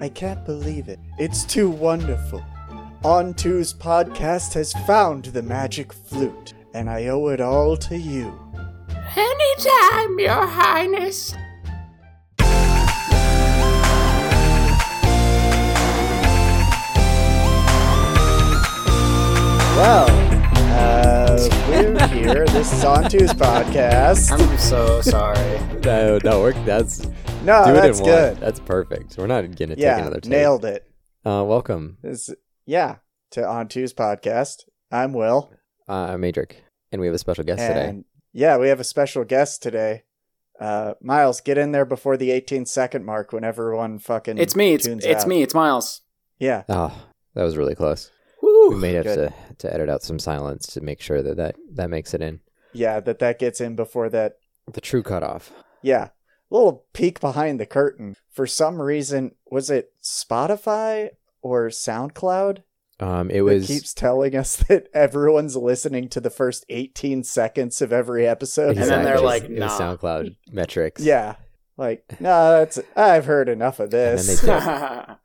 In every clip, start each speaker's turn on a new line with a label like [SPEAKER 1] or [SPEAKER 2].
[SPEAKER 1] I can't believe it. It's too wonderful. On Two's podcast has found the magic flute, and I owe it all to you.
[SPEAKER 2] Anytime, Your Highness.
[SPEAKER 1] Well, uh, we're here. This is On Two's podcast.
[SPEAKER 2] I'm
[SPEAKER 1] Oh,
[SPEAKER 2] so sorry.
[SPEAKER 3] No, no, we're, that's do
[SPEAKER 1] No,
[SPEAKER 3] it
[SPEAKER 1] Ah, that's
[SPEAKER 3] in one.
[SPEAKER 1] good.
[SPEAKER 3] That's perfect. We're not gonna take
[SPEAKER 1] Yeah,
[SPEAKER 3] another take.
[SPEAKER 1] nailed it.
[SPEAKER 3] Uh, welcome,
[SPEAKER 1] This, yeah, to On Two's podcast. I'm Will.
[SPEAKER 3] uh, I'm Adric, and we have a special guest today.
[SPEAKER 1] And yeah, we have a special guest today. Uh, Miles, get in there before the 18 second mark when everyone fucking.
[SPEAKER 2] It's me. It's,
[SPEAKER 1] tunes
[SPEAKER 2] it's
[SPEAKER 1] out.
[SPEAKER 2] me. It's Miles.
[SPEAKER 1] Yeah.
[SPEAKER 3] Oh, that was really close. We
[SPEAKER 2] Woo.
[SPEAKER 3] may have
[SPEAKER 1] good.
[SPEAKER 3] to, to edit out some silence to make sure that, that that makes it in.
[SPEAKER 1] Yeah, that that gets in before that.
[SPEAKER 3] The true cutoff.
[SPEAKER 1] Yeah. Little peek behind the curtain. For some reason, was it Spotify or SoundCloud
[SPEAKER 3] Um, it
[SPEAKER 1] that
[SPEAKER 3] was
[SPEAKER 1] keeps telling us that everyone's listening to the first 18 seconds of every episode?
[SPEAKER 2] And then they're
[SPEAKER 3] exactly.
[SPEAKER 2] like,
[SPEAKER 3] it
[SPEAKER 2] "Nah."
[SPEAKER 3] was SoundCloud metrics.
[SPEAKER 1] yeah, like no, that's I've heard enough of
[SPEAKER 3] then
[SPEAKER 1] this.
[SPEAKER 3] they
[SPEAKER 2] yeah,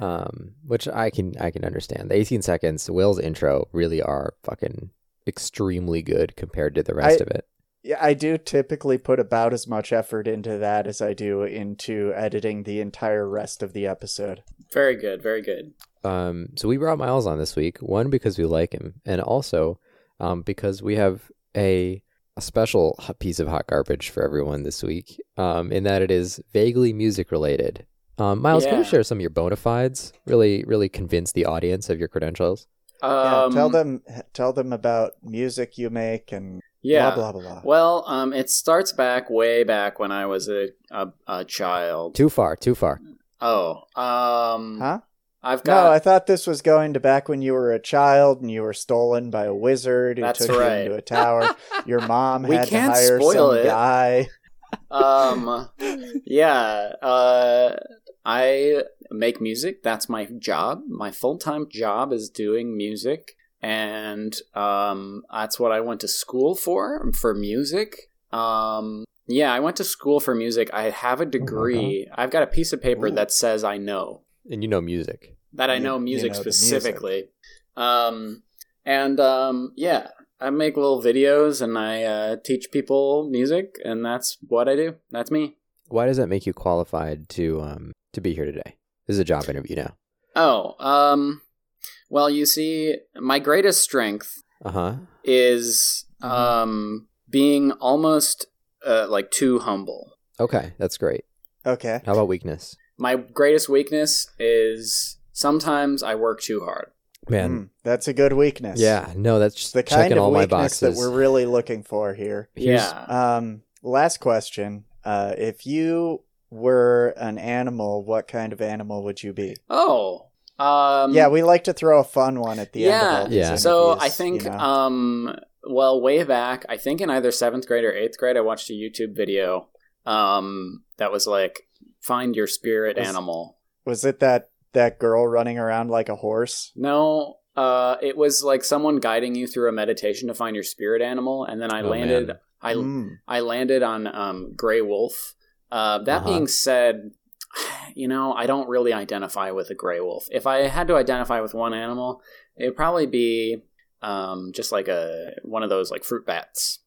[SPEAKER 3] Um, which I can I can understand. The 18 seconds, Will's intro, really are fucking extremely good compared to the rest of it.
[SPEAKER 1] Yeah, I do typically put about as much effort into that as I do into editing the entire rest of the episode.
[SPEAKER 2] very good. Very good.
[SPEAKER 3] Um, so we brought Miles on this week, one because we like him, and also um, because we have a, a special hot piece of hot garbage for everyone this week, um, in that it is vaguely music related. Um, Miles, can
[SPEAKER 2] Yeah.
[SPEAKER 3] you share some of your bona fides? Really, really convince the audience of your credentials.
[SPEAKER 1] Yeah,
[SPEAKER 2] Um,
[SPEAKER 1] tell them tell them about music you make and
[SPEAKER 2] Yeah.
[SPEAKER 1] blah blah blah.
[SPEAKER 2] Well, um, it starts back way back when I was a a, a child.
[SPEAKER 3] Too far, too far.
[SPEAKER 2] Oh, um,
[SPEAKER 1] Huh?
[SPEAKER 2] I've got.
[SPEAKER 1] no, I thought this was going to back when you were a child and you were stolen by a wizard who
[SPEAKER 2] That's
[SPEAKER 1] took you
[SPEAKER 2] right.
[SPEAKER 1] into a tower. Your mom
[SPEAKER 2] We
[SPEAKER 1] had to
[SPEAKER 2] can't
[SPEAKER 1] hire
[SPEAKER 2] spoil
[SPEAKER 1] some
[SPEAKER 2] it.
[SPEAKER 1] guy.
[SPEAKER 2] um yeah uh i make music that's my job my full-time job is doing music and um that's what i went to school for for music um yeah i went to school for music i have a degree i've got a piece of paper
[SPEAKER 1] Oh Ooh.
[SPEAKER 2] that says i know
[SPEAKER 3] And you know music.
[SPEAKER 2] that I
[SPEAKER 1] You-
[SPEAKER 2] know
[SPEAKER 1] you
[SPEAKER 2] music
[SPEAKER 1] know the music.
[SPEAKER 2] specifically. Um, and um, yeah, I make little videos and I uh, teach people music, and that's what I do. That's me.
[SPEAKER 3] Why does that make you qualified to um to be here today? This is a job interview now.
[SPEAKER 2] Oh, um, well, you see, my greatest strength
[SPEAKER 3] Uh huh.
[SPEAKER 2] is
[SPEAKER 1] Mm-hmm.
[SPEAKER 2] um, being almost uh, like too humble.
[SPEAKER 3] Okay, that's great.
[SPEAKER 1] Okay.
[SPEAKER 3] How about weakness?
[SPEAKER 2] My greatest weakness is sometimes I work too hard.
[SPEAKER 3] Man,
[SPEAKER 1] Mm, that's a good weakness.
[SPEAKER 3] Yeah, no, that's
[SPEAKER 1] It's
[SPEAKER 3] just
[SPEAKER 1] the kind
[SPEAKER 3] checking
[SPEAKER 1] of
[SPEAKER 3] all my
[SPEAKER 1] weakness
[SPEAKER 3] boxes.
[SPEAKER 1] that we're really looking for here.
[SPEAKER 3] Here's-
[SPEAKER 2] yeah.
[SPEAKER 1] Um, last question. Uh, if you were an animal, what kind of animal would you be?
[SPEAKER 2] oh. Um,
[SPEAKER 1] yeah, we like to throw a fun one at the end of all these
[SPEAKER 3] Yeah.
[SPEAKER 2] So I
[SPEAKER 1] interviews,
[SPEAKER 2] think,
[SPEAKER 1] you know.
[SPEAKER 2] um, well, way back, I think in either seventh grade or eighth grade, I watched a YouTube video um, that was like, "Find your spirit
[SPEAKER 1] Was-
[SPEAKER 2] animal."
[SPEAKER 1] was it that that girl running around like a horse?
[SPEAKER 2] No, uh, it was like someone guiding you through a meditation to find your spirit animal, and then I
[SPEAKER 3] Oh,
[SPEAKER 2] landed.
[SPEAKER 3] man.
[SPEAKER 2] I
[SPEAKER 1] Mm.
[SPEAKER 2] I landed on um, Gray Wolf. Uh, that
[SPEAKER 3] Uh-huh.
[SPEAKER 2] being said, you know, I don't really identify with a gray wolf. If I had to identify with one animal, it'd probably be um, just like a one of those like fruit bats.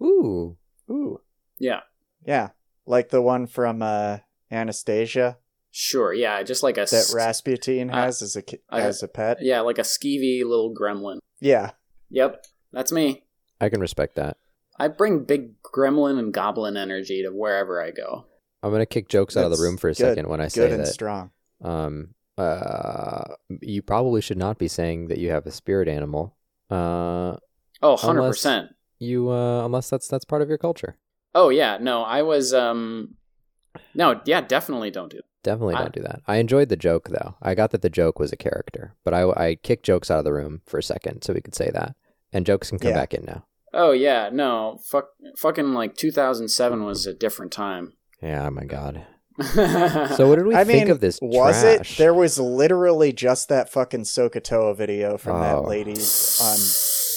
[SPEAKER 3] Ooh,
[SPEAKER 1] Ooh.
[SPEAKER 2] Yeah.
[SPEAKER 1] Yeah. Like the one from uh, Anastasia
[SPEAKER 2] Sure, yeah, just like a
[SPEAKER 1] that
[SPEAKER 2] s-
[SPEAKER 1] Rasputin
[SPEAKER 2] Uh,
[SPEAKER 1] has as a ki-
[SPEAKER 2] I-
[SPEAKER 1] as a pet.
[SPEAKER 2] yeah, like a skeevy little gremlin.
[SPEAKER 1] Yeah.
[SPEAKER 2] Yep, that's me.
[SPEAKER 3] I can respect that.
[SPEAKER 2] I bring big gremlin and goblin energy to wherever I go.
[SPEAKER 3] I'm gonna kick jokes out of
[SPEAKER 1] That's
[SPEAKER 3] the room for a
[SPEAKER 1] good-
[SPEAKER 3] second when I say
[SPEAKER 1] Good and
[SPEAKER 3] that.
[SPEAKER 1] strong.
[SPEAKER 3] um, uh, you probably should not be saying that you have a spirit animal. Uh,
[SPEAKER 2] Oh, 100%.
[SPEAKER 3] you uh, unless that's that's part of your culture.
[SPEAKER 2] Oh yeah, no, I was um No, yeah, definitely don't do
[SPEAKER 3] Definitely
[SPEAKER 2] I-
[SPEAKER 3] don't do that. I enjoyed the joke though. I got that the joke was a character, but I I kicked jokes out of the room for a second so we could say that, and jokes can come
[SPEAKER 1] Yeah.
[SPEAKER 3] back in now.
[SPEAKER 2] Oh yeah, no, fuck, fucking like 2007 was a different time.
[SPEAKER 3] Yeah, oh my God. So
[SPEAKER 2] so
[SPEAKER 3] what did we
[SPEAKER 1] I
[SPEAKER 3] think
[SPEAKER 1] mean,
[SPEAKER 3] of this?
[SPEAKER 1] was
[SPEAKER 3] trash?
[SPEAKER 1] it? There was literally just that fucking Sokotoa video from that
[SPEAKER 3] Oh.
[SPEAKER 1] lady on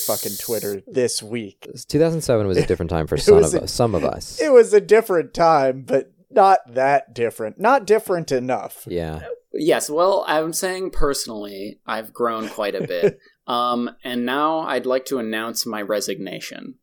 [SPEAKER 1] fucking Twitter this week.
[SPEAKER 3] 2007 was a different time for
[SPEAKER 1] It
[SPEAKER 3] some
[SPEAKER 1] was
[SPEAKER 3] of
[SPEAKER 1] a-
[SPEAKER 3] us. Some of us.
[SPEAKER 1] It was a different time, but not that different. Not different enough.
[SPEAKER 3] Yeah.
[SPEAKER 2] Yes, well, I'm saying personally, I've grown quite a bit. um, and now I'd like to announce my resignation.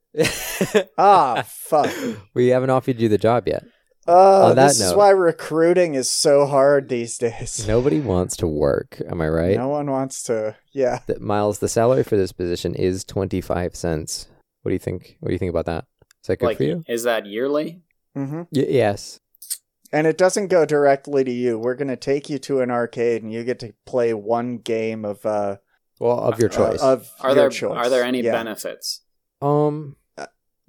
[SPEAKER 1] Ah, fuck.
[SPEAKER 3] we haven't offered you the job yet.
[SPEAKER 1] Oh,
[SPEAKER 3] On that
[SPEAKER 1] this is
[SPEAKER 3] note-
[SPEAKER 1] why recruiting is so hard these days.
[SPEAKER 3] Nobody wants to work. Am I right?
[SPEAKER 1] No one wants to. Yeah.
[SPEAKER 3] That Miles, the salary for this position is twenty five cents. What do you think? What do you think about that? Is that good
[SPEAKER 2] like,
[SPEAKER 3] for you?
[SPEAKER 2] is that yearly?
[SPEAKER 1] hmm
[SPEAKER 3] Y- yes.
[SPEAKER 1] And it doesn't go directly to you. We're gonna take you to an arcade, and you get to play one game of uh
[SPEAKER 3] Well, of your
[SPEAKER 2] Uh,
[SPEAKER 3] choice.
[SPEAKER 1] of
[SPEAKER 2] Are
[SPEAKER 1] your
[SPEAKER 2] there
[SPEAKER 1] choice.
[SPEAKER 2] are there any
[SPEAKER 1] Yeah.
[SPEAKER 2] benefits?
[SPEAKER 3] um,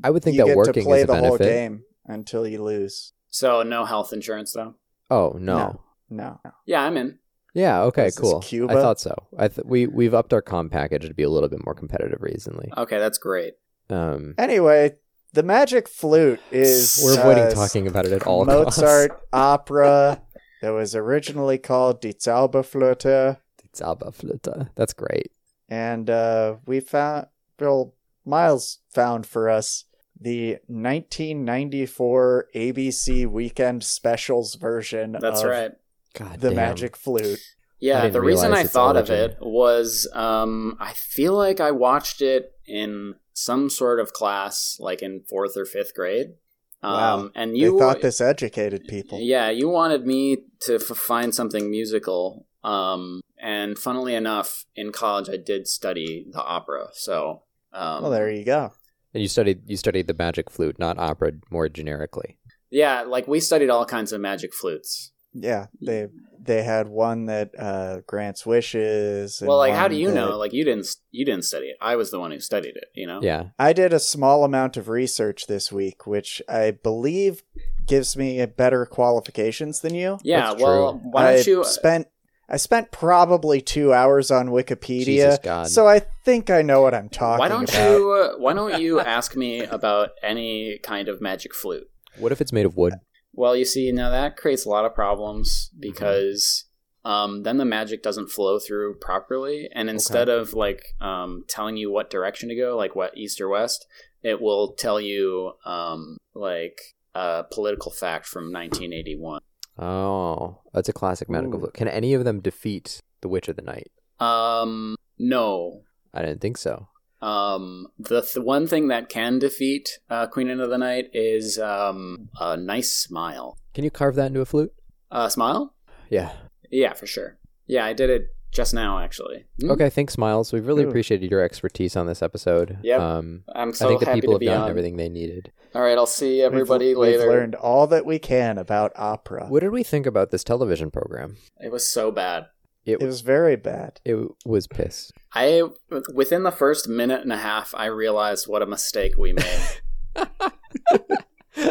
[SPEAKER 3] I would think
[SPEAKER 1] uh, you
[SPEAKER 3] that
[SPEAKER 1] get
[SPEAKER 3] working
[SPEAKER 1] to play
[SPEAKER 3] is a
[SPEAKER 1] the
[SPEAKER 3] benefit.
[SPEAKER 1] whole game until you lose.
[SPEAKER 2] So no health insurance though.
[SPEAKER 3] Oh no.
[SPEAKER 1] No. No.
[SPEAKER 2] Yeah, I'm in.
[SPEAKER 3] Yeah. Okay.
[SPEAKER 1] Is this
[SPEAKER 3] Cool.
[SPEAKER 1] Cuba?
[SPEAKER 3] I thought so. I th- we we've upped our com package to be a little bit more competitive recently.
[SPEAKER 2] Okay, that's great.
[SPEAKER 3] Um,
[SPEAKER 1] Anyway, the magic flute is
[SPEAKER 3] we're avoiding
[SPEAKER 1] uh,
[SPEAKER 3] talking about it at all
[SPEAKER 1] Mozart
[SPEAKER 3] costs.
[SPEAKER 1] opera that was originally called Die Zauberflöte,
[SPEAKER 3] It's aber Flöte. That's great.
[SPEAKER 1] and uh, we found well, Miles found for us the 1994 ABC Weekend Specials version.
[SPEAKER 2] That's
[SPEAKER 1] of
[SPEAKER 2] right.
[SPEAKER 3] God
[SPEAKER 1] The
[SPEAKER 3] damn.
[SPEAKER 1] magic flute.
[SPEAKER 2] Yeah,
[SPEAKER 3] I didn't
[SPEAKER 2] the reason
[SPEAKER 3] realize
[SPEAKER 2] I
[SPEAKER 3] its
[SPEAKER 2] thought of
[SPEAKER 3] origin.
[SPEAKER 2] it was um, I feel like I watched it in some sort of class, like in fourth or fifth grade. Um,
[SPEAKER 1] Wow.
[SPEAKER 2] And
[SPEAKER 1] You
[SPEAKER 2] you
[SPEAKER 1] they thought this educated people.
[SPEAKER 2] Yeah, you wanted me to f- find something musical. Um, and funnily enough, in college, I did study the opera. So, um,
[SPEAKER 1] Well, there you go.
[SPEAKER 3] And you studied you studied the magic flute, not opera, more generically.
[SPEAKER 2] yeah, like we studied all kinds of magic flutes.
[SPEAKER 1] Yeah, they they had one that uh, grants wishes. and
[SPEAKER 2] well, like, how
[SPEAKER 1] one
[SPEAKER 2] do you
[SPEAKER 1] that-
[SPEAKER 2] know? Like, you didn't you didn't study it. I was the one who studied it. You know.
[SPEAKER 3] Yeah.
[SPEAKER 1] I did a small amount of research this week, which I believe gives me a better qualifications than you.
[SPEAKER 2] Yeah.
[SPEAKER 3] That's
[SPEAKER 2] well,
[SPEAKER 3] true.
[SPEAKER 2] why
[SPEAKER 1] I
[SPEAKER 2] don't you? uh,
[SPEAKER 1] spent I spent probably two hours on Wikipedia,
[SPEAKER 3] Jesus God.
[SPEAKER 1] so I think I know what I'm talking
[SPEAKER 2] Why don't
[SPEAKER 1] about.
[SPEAKER 2] you? Uh, why don't you ask me about any kind of magic flute?
[SPEAKER 3] what if it's made of wood?
[SPEAKER 2] Well, you see, now that creates a lot of problems
[SPEAKER 1] Mm-hmm.
[SPEAKER 2] because um, then the magic doesn't flow through properly. And instead of like um, telling you what direction to go, like what east or west, it will tell you um, like a political fact from 1981.
[SPEAKER 3] Oh, that's a classic magical
[SPEAKER 1] Ooh.
[SPEAKER 3] flute. Can any of them defeat the Witch of the Night?
[SPEAKER 2] Um, no.
[SPEAKER 3] I didn't think so.
[SPEAKER 2] Um, the th- one thing that can defeat uh, Queen End of the Night is um, a nice smile.
[SPEAKER 3] Can you carve that into a flute?
[SPEAKER 2] Uh, smile?
[SPEAKER 3] Yeah.
[SPEAKER 2] Yeah, for sure. Yeah, I did it just now, actually. Hmm?
[SPEAKER 3] Okay. Thanks, Miles. We've really
[SPEAKER 1] Ooh.
[SPEAKER 3] appreciated your expertise on this episode.
[SPEAKER 2] Yep.
[SPEAKER 3] Um,
[SPEAKER 2] I'm so
[SPEAKER 3] I think the
[SPEAKER 2] happy
[SPEAKER 3] people
[SPEAKER 2] to
[SPEAKER 3] have
[SPEAKER 2] be
[SPEAKER 3] done
[SPEAKER 2] on.
[SPEAKER 3] everything they needed.
[SPEAKER 2] All right, I'll see everybody
[SPEAKER 1] we've,
[SPEAKER 2] later.
[SPEAKER 1] We've learned all that we can about opera.
[SPEAKER 3] What did we think about this television program?
[SPEAKER 2] It was so bad.
[SPEAKER 3] It
[SPEAKER 1] It was very bad.
[SPEAKER 3] it was piss.
[SPEAKER 2] I within the first minute and a half, I realized what a mistake we made.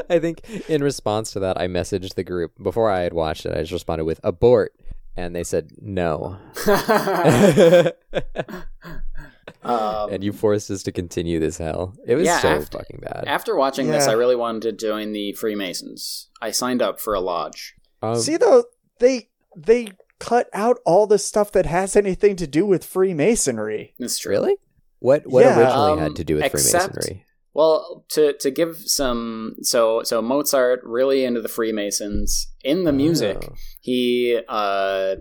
[SPEAKER 3] I think in response to that, I messaged the group before I had watched it. I just responded with abort, and they said no.
[SPEAKER 2] um,
[SPEAKER 3] and you forced us to continue this hell. It was
[SPEAKER 2] Yeah,
[SPEAKER 3] so
[SPEAKER 2] after-
[SPEAKER 3] fucking bad.
[SPEAKER 2] after watching this,
[SPEAKER 1] Yeah.
[SPEAKER 2] I really wanted to join the Freemasons. I signed up for a lodge.
[SPEAKER 3] Um,
[SPEAKER 1] See though, they they cut out all the stuff that has anything to do with Freemasonry.
[SPEAKER 2] It's true.
[SPEAKER 3] really? What what
[SPEAKER 1] Yeah,
[SPEAKER 3] originally
[SPEAKER 2] um,
[SPEAKER 3] had to do with
[SPEAKER 2] except-
[SPEAKER 3] Freemasonry?
[SPEAKER 2] Well, to to give some so so Mozart really into the Freemasons in the music.
[SPEAKER 3] Oh.
[SPEAKER 2] he uh,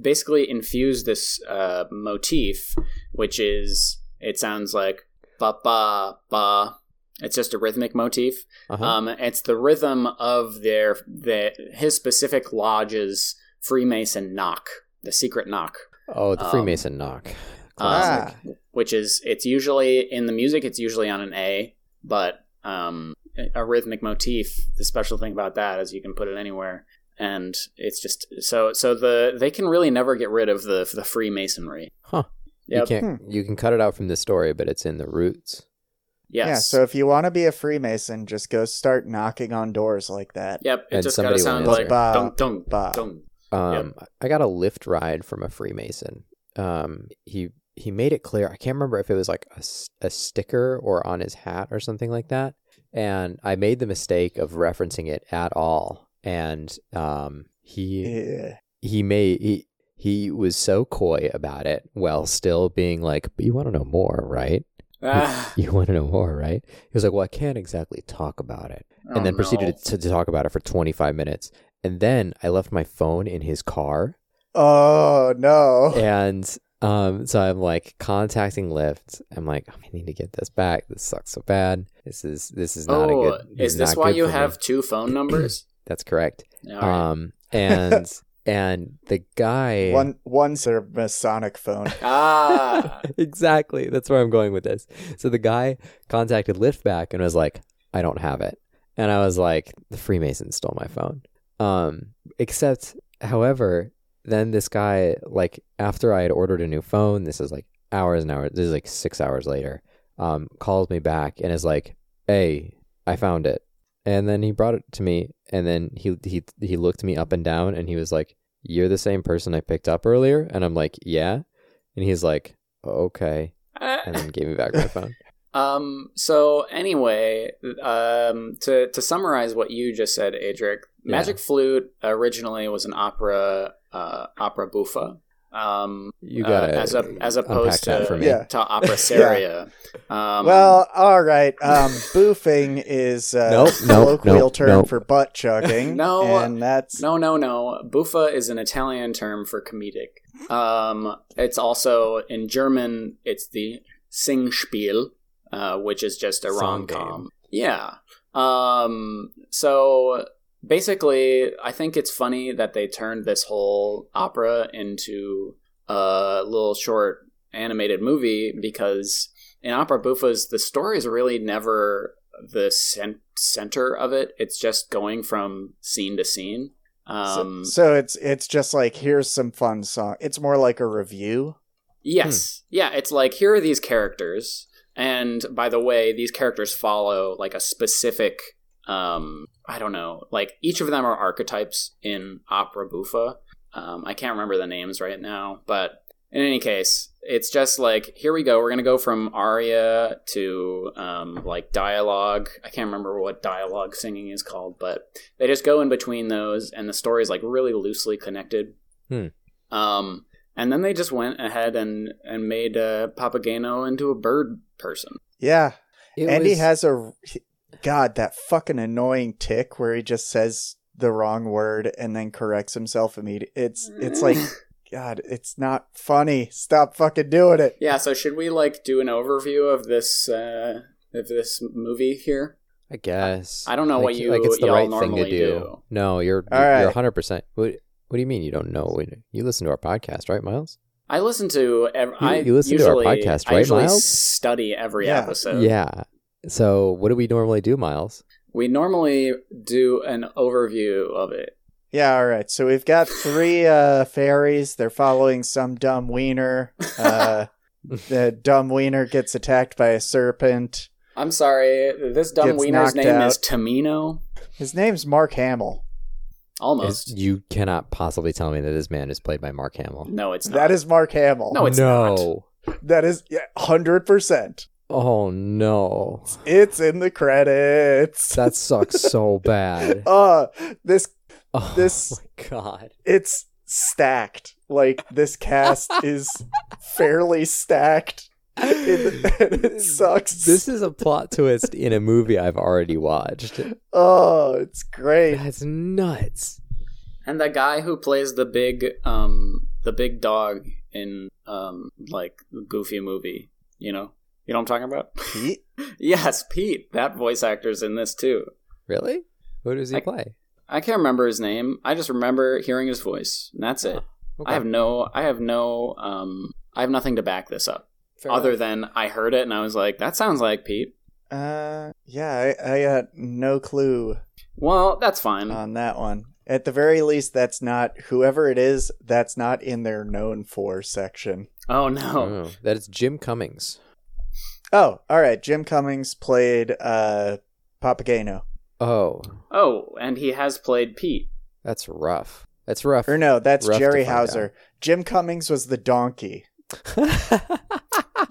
[SPEAKER 2] basically infused this uh, motif, which is it sounds like ba ba ba. It's just a rhythmic motif.
[SPEAKER 3] Uh-huh.
[SPEAKER 2] Um, it's the rhythm of their the his specific lodge's Freemason knock, the secret knock,
[SPEAKER 3] oh, the
[SPEAKER 2] um,
[SPEAKER 3] Freemason knock.
[SPEAKER 2] Ah.
[SPEAKER 3] Classic.
[SPEAKER 2] which is it's usually in the music. It's usually on an A, but um, a rhythmic motif. The special thing about that is you can put it anywhere, and it's just so so the they can really never get rid of the the Freemasonry.
[SPEAKER 3] Huh. You
[SPEAKER 2] Yep. Hmm.
[SPEAKER 3] can't you can cut it out from the story, but it's in the roots.
[SPEAKER 2] Yes.
[SPEAKER 1] Yeah, so if you want to be a Freemason, just go start knocking on doors like that.
[SPEAKER 2] Yep. It
[SPEAKER 3] And
[SPEAKER 2] just gotta
[SPEAKER 3] somebody will
[SPEAKER 2] sound
[SPEAKER 3] answer.
[SPEAKER 2] like
[SPEAKER 1] Ba,
[SPEAKER 2] dunk dunk
[SPEAKER 1] ba.
[SPEAKER 2] dunk.
[SPEAKER 3] Um, I got a lift ride from a Freemason. Um, he he made it clear. I can't remember if it was like a, s- a sticker or on his hat or something like that. And I made the mistake of referencing it at all. And um, he
[SPEAKER 1] Yeah.
[SPEAKER 3] he made he he was so coy about it while still being like, "But you want to know more, right?"
[SPEAKER 2] Ah,
[SPEAKER 3] You want to know more, right? He was like, Well, I can't exactly talk about it. And
[SPEAKER 2] oh
[SPEAKER 3] then proceeded
[SPEAKER 2] no.
[SPEAKER 3] to, to talk about it for 25 minutes. And then I left my phone in his car.
[SPEAKER 1] Oh no.
[SPEAKER 3] And um, so I'm like contacting Lyft. I'm like, I need to get this back. This sucks so bad. This is this is not
[SPEAKER 2] oh,
[SPEAKER 3] a good.
[SPEAKER 2] is this
[SPEAKER 3] not
[SPEAKER 2] why
[SPEAKER 3] good
[SPEAKER 2] you
[SPEAKER 3] for me."
[SPEAKER 2] have two phone numbers?
[SPEAKER 3] That's correct.
[SPEAKER 2] All right.
[SPEAKER 3] Um, and and the guy
[SPEAKER 1] One one's a Masonic phone.
[SPEAKER 3] Uh,
[SPEAKER 2] ah,
[SPEAKER 3] exactly. That's where I'm going with this. So the guy contacted Lyft back and was like, I don't have it. And I was like, the Freemason stole my phone. Um, except, however, then this guy, like, after I had ordered a new phone, this is like hours and hours, this is like six hours later, um, calls me back and is like, Hey, I found it. And then he brought it to me and then he he he looked me up and down and he was like, You're the same person I picked up earlier? And I'm like, Yeah. And he's like, "Oh, okay. And then gave me back my phone.
[SPEAKER 2] Um. So anyway, um, to to summarize what you just said, Adric,
[SPEAKER 3] Yeah.
[SPEAKER 2] Magic Flute originally was an opera, uh, opera buffa. Um,
[SPEAKER 3] You
[SPEAKER 2] uh,
[SPEAKER 3] got it.
[SPEAKER 2] as a, as opposed
[SPEAKER 3] that
[SPEAKER 2] to
[SPEAKER 3] for me.
[SPEAKER 1] Yeah.
[SPEAKER 2] to opera seria. um,
[SPEAKER 1] well, all right. Um, boofing is a
[SPEAKER 3] Nope, nope,
[SPEAKER 1] colloquial
[SPEAKER 3] nope,
[SPEAKER 1] term
[SPEAKER 3] nope.
[SPEAKER 1] for butt chugging.
[SPEAKER 2] No, uh,
[SPEAKER 1] and that's
[SPEAKER 2] no, no, no. Buffa is an Italian term for comedic. Um, it's also in German. It's the Singspiel, uh, which is just a rom
[SPEAKER 3] Song
[SPEAKER 2] com. Yeah. Um, so basically, I think it's funny that they turned this whole opera into a little short animated movie because in opera buffas, the story is really never the cen- center of it. It's just going from scene to scene.
[SPEAKER 1] so-
[SPEAKER 2] Um,
[SPEAKER 1] so it's it's just like here's some fun song. It's more like a review.
[SPEAKER 2] Yes. Yeah, it's like here are these characters, and by the way, these characters follow like a specific um I don't know, like each of them are archetypes in opera buffa. Um I can't remember the names right now, but in any case, it's just like here we go, we're going to go from aria to um like dialogue. I can't remember what dialogue singing is called, but they just go in between those and the story is like really loosely connected.
[SPEAKER 3] Hmm.
[SPEAKER 2] Um and then they just went ahead and and made uh, Papageno into a bird person.
[SPEAKER 1] Yeah,
[SPEAKER 3] It
[SPEAKER 1] Andy
[SPEAKER 3] was-
[SPEAKER 1] has a he- God that fucking annoying tick where he just says the wrong word and then corrects himself immediately. It's it's like God, it's not funny. Stop fucking doing it.
[SPEAKER 2] yeah. So should we like do an overview of this uh, of this movie here?
[SPEAKER 3] I guess.
[SPEAKER 2] I don't know what
[SPEAKER 3] Like-
[SPEAKER 2] you
[SPEAKER 3] like it's the
[SPEAKER 2] y'all
[SPEAKER 3] right
[SPEAKER 2] normally
[SPEAKER 3] thing to do.
[SPEAKER 2] do.
[SPEAKER 3] No, you're
[SPEAKER 1] All
[SPEAKER 3] you're,
[SPEAKER 1] right.
[SPEAKER 3] you're 100%. What what do you mean you don't know? We- You listen to our podcast, right, Miles?
[SPEAKER 2] I listen to ev- I
[SPEAKER 3] you listen to our
[SPEAKER 2] usually,
[SPEAKER 3] podcast,
[SPEAKER 2] I
[SPEAKER 3] right,
[SPEAKER 2] usually
[SPEAKER 3] Miles?
[SPEAKER 2] study every
[SPEAKER 1] Yeah.
[SPEAKER 2] episode.
[SPEAKER 3] yeah. So, what do we normally do, Miles?
[SPEAKER 2] We normally do an overview of it.
[SPEAKER 1] Yeah, all right. So we've got three uh, fairies. They're following some dumb wiener. Uh, the dumb wiener gets attacked by a serpent.
[SPEAKER 2] I'm sorry, this dumb
[SPEAKER 1] Gets
[SPEAKER 2] wiener's
[SPEAKER 1] knocked
[SPEAKER 2] name is
[SPEAKER 1] out.
[SPEAKER 2] Tamino.
[SPEAKER 1] His name's Mark Hamill.
[SPEAKER 2] Almost.
[SPEAKER 3] Is- you cannot possibly tell me that this man is played by Mark Hamill.
[SPEAKER 2] no, it's not.
[SPEAKER 1] That is Mark Hamill.
[SPEAKER 2] No, it's
[SPEAKER 3] no.
[SPEAKER 1] That is yeah, 100%.
[SPEAKER 3] Oh no.
[SPEAKER 1] It's in the credits.
[SPEAKER 3] That sucks so bad.
[SPEAKER 1] Uh, this
[SPEAKER 3] Oh
[SPEAKER 1] This-
[SPEAKER 3] my god.
[SPEAKER 1] it's stacked. Like this cast is fairly stacked. It, it sucks.
[SPEAKER 3] This is a plot twist in a movie I've already watched.
[SPEAKER 1] oh, it's great.
[SPEAKER 3] That's nuts.
[SPEAKER 2] And the guy who plays the big um the big dog in um like goofy movie, you know? You know what I'm talking about?
[SPEAKER 1] Pete?
[SPEAKER 2] yes, Pete. That voice actor's in this too.
[SPEAKER 3] Really? Who does he
[SPEAKER 2] I-
[SPEAKER 3] play?
[SPEAKER 2] I can't remember his name. I just remember hearing his voice. And that's it. I have no I have no um I have nothing to back this up other than I heard it and I was like, that sounds like Pete.
[SPEAKER 1] Uh, yeah, I, I got no clue
[SPEAKER 2] Well, that's fine.
[SPEAKER 3] Mm.
[SPEAKER 1] on that one. At the very least, that's not whoever it is. That's not in their known for section.
[SPEAKER 2] oh no.
[SPEAKER 3] that is Jim Cummings.
[SPEAKER 1] Oh, all right. Jim Cummings played uh Papageno,
[SPEAKER 3] Oh,
[SPEAKER 2] Oh, and he has played Pete.
[SPEAKER 3] that's rough. That's rough.
[SPEAKER 1] or no, that's
[SPEAKER 3] Rough to
[SPEAKER 1] Jerry
[SPEAKER 3] find
[SPEAKER 1] Hauser. Jim Cummings was the donkey.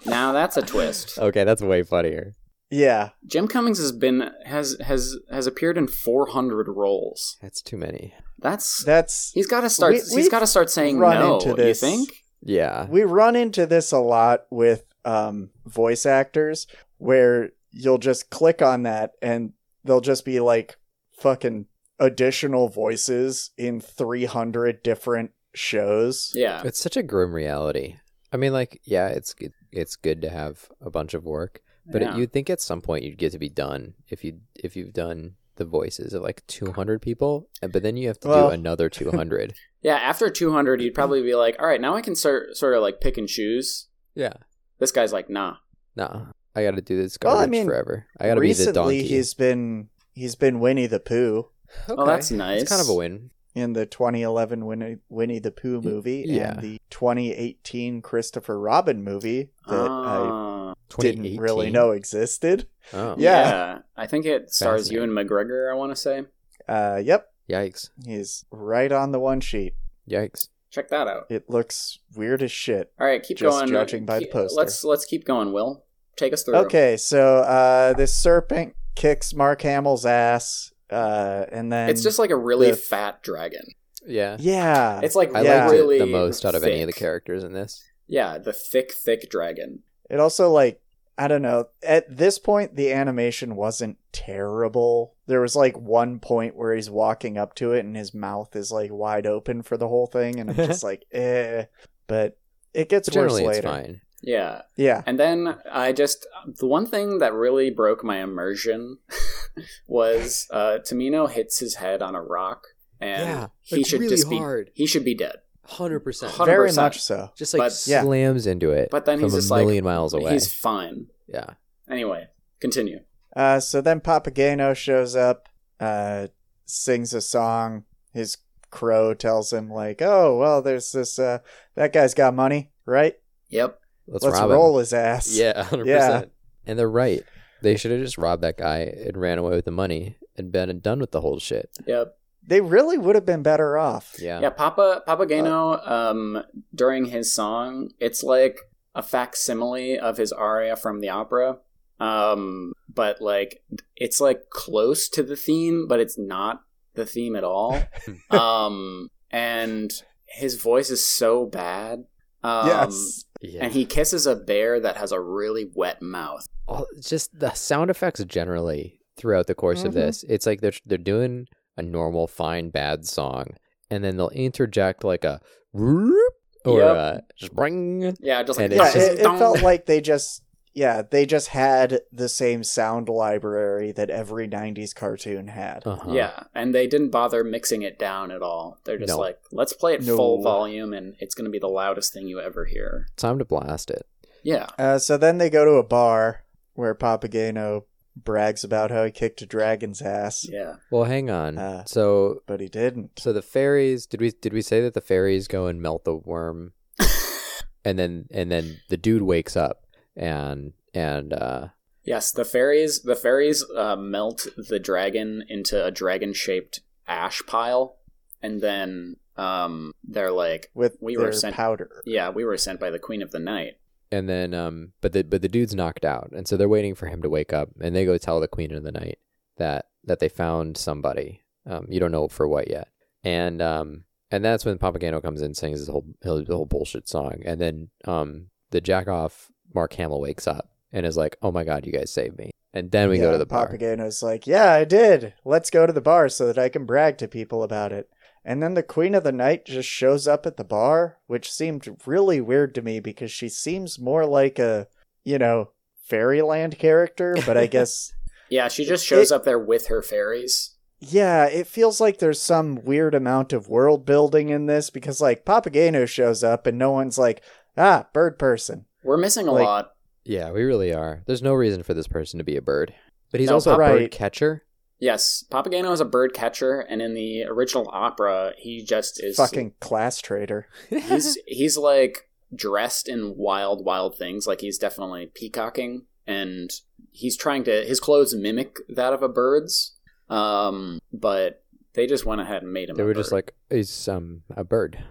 [SPEAKER 2] Now that's a twist.
[SPEAKER 3] okay, that's way funnier.
[SPEAKER 1] Yeah,
[SPEAKER 2] Jim Cummings has been has has has appeared in 400 roles.
[SPEAKER 3] That's too many.
[SPEAKER 2] That's
[SPEAKER 1] that's
[SPEAKER 2] he's got to start.
[SPEAKER 1] We-
[SPEAKER 2] he's got to start saying
[SPEAKER 1] run
[SPEAKER 2] no.
[SPEAKER 1] into this.
[SPEAKER 2] You think?
[SPEAKER 3] Yeah.
[SPEAKER 1] we run into this a lot with um, voice actors where you'll just click on that and they'll just be like fucking additional voices in 300 different shows.
[SPEAKER 2] Yeah.
[SPEAKER 3] It's such a grim reality. I mean, like, yeah, it's good- it's good to have a bunch of work, but
[SPEAKER 2] Yeah.
[SPEAKER 3] it, you'd think at some point you'd get to be done if you if you've done the voices of like 200 people, and- but then you have to
[SPEAKER 1] Well-
[SPEAKER 3] do another 200.
[SPEAKER 2] Yeah, after 200, you'd probably be like, all right, now I can start, sort of like pick and choose.
[SPEAKER 3] yeah,
[SPEAKER 2] This guy's like, nah.
[SPEAKER 3] nah, I got to do this
[SPEAKER 1] Well, I
[SPEAKER 3] garbage
[SPEAKER 1] mean,
[SPEAKER 3] forever. I got to be the
[SPEAKER 1] Recently,
[SPEAKER 3] donkey.
[SPEAKER 1] he's been he's been Winnie the Pooh
[SPEAKER 2] Oh, that's
[SPEAKER 3] Okay.
[SPEAKER 2] nice.
[SPEAKER 3] It's kind of a win.
[SPEAKER 1] in the 2011 Winnie, Winnie the Pooh movie
[SPEAKER 3] yeah.
[SPEAKER 1] and the 2018 Christopher Robin movie that
[SPEAKER 3] Oh.
[SPEAKER 2] Ah.
[SPEAKER 1] I didn't really
[SPEAKER 3] 2018?
[SPEAKER 1] know existed.
[SPEAKER 3] Oh,
[SPEAKER 1] Yeah.
[SPEAKER 2] I think it stars Ewan McGregor, I want to say.
[SPEAKER 1] Uh, yep,
[SPEAKER 3] yikes!
[SPEAKER 1] he's right on the one sheet.
[SPEAKER 3] Yikes!
[SPEAKER 2] Check that out.
[SPEAKER 1] It looks weird as shit.
[SPEAKER 2] All right, keep
[SPEAKER 1] Just
[SPEAKER 2] going.
[SPEAKER 1] judging by the
[SPEAKER 2] Ke-
[SPEAKER 1] poster.
[SPEAKER 2] Let's let's keep going, Will. Take us through.
[SPEAKER 1] Okay, so uh, this serpent kicks Mark Hamill's ass, uh, and then
[SPEAKER 2] It's just like a really
[SPEAKER 1] the-
[SPEAKER 2] fat dragon.
[SPEAKER 3] Yeah,
[SPEAKER 1] yeah,
[SPEAKER 2] It's like
[SPEAKER 3] I
[SPEAKER 1] Yeah.
[SPEAKER 3] liked
[SPEAKER 2] really
[SPEAKER 3] it the most out of any of the
[SPEAKER 2] thick.
[SPEAKER 3] characters in this.
[SPEAKER 2] Yeah, the thick, thick dragon.
[SPEAKER 1] it also like I don't know. At this point, the animation wasn't terrible. There was like one point where he's walking up to it, and his mouth is like wide open for the whole thing, and I'm just like, eh. But it gets
[SPEAKER 3] But generally,
[SPEAKER 1] worse
[SPEAKER 3] it's
[SPEAKER 1] later.
[SPEAKER 3] fine.
[SPEAKER 2] Yeah.
[SPEAKER 1] Yeah,
[SPEAKER 2] And then I just the one thing that really broke my immersion was uh Tamino hits his head on a rock and
[SPEAKER 3] Yeah,
[SPEAKER 2] he
[SPEAKER 3] like
[SPEAKER 2] should
[SPEAKER 3] really
[SPEAKER 2] just be
[SPEAKER 3] hard.
[SPEAKER 2] he should be dead.
[SPEAKER 3] Hundred percent.
[SPEAKER 2] Hundred-
[SPEAKER 1] very
[SPEAKER 2] 100%.
[SPEAKER 1] much so.
[SPEAKER 3] Just like
[SPEAKER 2] But-
[SPEAKER 1] Yeah.
[SPEAKER 3] slams into it.
[SPEAKER 2] But then
[SPEAKER 3] from
[SPEAKER 2] he's just
[SPEAKER 3] a
[SPEAKER 2] like,
[SPEAKER 3] million miles away.
[SPEAKER 2] He's fine.
[SPEAKER 3] Yeah.
[SPEAKER 2] Anyway, continue.
[SPEAKER 1] Uh, so then Papageno shows up, uh, sings a song. His crow tells him, like, oh, well, there's this, uh, that guy's got money, right?
[SPEAKER 2] Yep.
[SPEAKER 3] Let's,
[SPEAKER 1] Let's,
[SPEAKER 3] rob him.
[SPEAKER 1] roll his ass.
[SPEAKER 3] Yeah, hundred
[SPEAKER 1] Yeah.
[SPEAKER 3] percent. And they're right. They should have just robbed that guy and ran away with the money and been done with the whole shit.
[SPEAKER 2] Yep.
[SPEAKER 1] They really would have been better off.
[SPEAKER 3] Yeah. Uh,
[SPEAKER 2] Yeah, Papa Papageno um during his song, it's like a facsimile of his aria from the opera. Um but like it's like close to the theme, but it's not the theme at all. um and his voice is so bad. Um
[SPEAKER 1] yes.
[SPEAKER 3] Yeah.
[SPEAKER 2] and he kisses a bear that has a really wet mouth.
[SPEAKER 3] All, just the sound effects generally throughout the course of
[SPEAKER 2] Mm-hmm.
[SPEAKER 1] Mhm.
[SPEAKER 3] this, it's like they're they're doing a normal fine bad song, and then they'll interject like a whoop or
[SPEAKER 2] Yep.
[SPEAKER 3] a spring.
[SPEAKER 2] Yeah, just like
[SPEAKER 3] And
[SPEAKER 1] Yeah,
[SPEAKER 3] it's
[SPEAKER 1] it,
[SPEAKER 3] just-
[SPEAKER 1] it felt like they just, yeah, they just had the same sound library that every 90s cartoon had.
[SPEAKER 3] Uh-huh.
[SPEAKER 2] Yeah, and they didn't bother mixing it down at all. They're just
[SPEAKER 3] No.
[SPEAKER 2] like, let's play it
[SPEAKER 1] No.
[SPEAKER 2] full volume, and it's going to be the loudest thing you ever hear.
[SPEAKER 3] Time to blast it.
[SPEAKER 2] Yeah,
[SPEAKER 1] Uh, so then they go to a bar where Papageno brags about how he kicked a dragon's ass,
[SPEAKER 2] yeah.
[SPEAKER 3] Well, hang on.
[SPEAKER 1] Uh,
[SPEAKER 3] so
[SPEAKER 1] but he didn't.
[SPEAKER 3] So the fairies, did we did we say that the fairies go and melt the worm, and then and then the dude wakes up and and uh
[SPEAKER 2] Yes, the fairies. The fairies uh, melt the dragon into a dragon-shaped ash pile, and then um, they're like,
[SPEAKER 1] with
[SPEAKER 2] We
[SPEAKER 1] their
[SPEAKER 2] were sent-
[SPEAKER 1] powder.
[SPEAKER 2] "Yeah, we were sent by the queen of the night."
[SPEAKER 3] and then um but the but the dude's knocked out and so they're waiting for him to wake up and they go tell the queen of the night that that they found somebody um you don't know for what yet and um and that's when Papageno comes in sings his whole his whole bullshit song and then um the jack off Mark Hamill wakes up and is like oh my god you guys saved me and then we go to the bar
[SPEAKER 1] Papageno's like, yeah, I did. Let's go to the bar so that I can brag to people about it. And then the Queen of the Night just shows up at the bar, which seemed really weird to me because she seems more like a, you know, fairyland character, but I guess
[SPEAKER 2] Yeah, she just shows
[SPEAKER 1] It-
[SPEAKER 2] up there with her fairies.
[SPEAKER 1] yeah, it feels like there's some weird amount of world building in this because like Papageno shows up and no one's like, ah, bird person.
[SPEAKER 2] We're missing a
[SPEAKER 1] Like-
[SPEAKER 2] lot.
[SPEAKER 3] Yeah, we really are. There's no reason for this person to be a bird. But he's
[SPEAKER 2] No,
[SPEAKER 3] also a
[SPEAKER 1] right.
[SPEAKER 3] bird catcher.
[SPEAKER 2] Yes, Papageno is a bird catcher, and in the original opera, he just is
[SPEAKER 1] Fucking class traitor.
[SPEAKER 2] he's he's like dressed in wild wild things like he's definitely peacocking and he's trying to his clothes mimic that of a bird's um but they just went ahead and made him
[SPEAKER 3] They
[SPEAKER 2] a
[SPEAKER 3] were just
[SPEAKER 2] bird.
[SPEAKER 3] like, he's um a bird.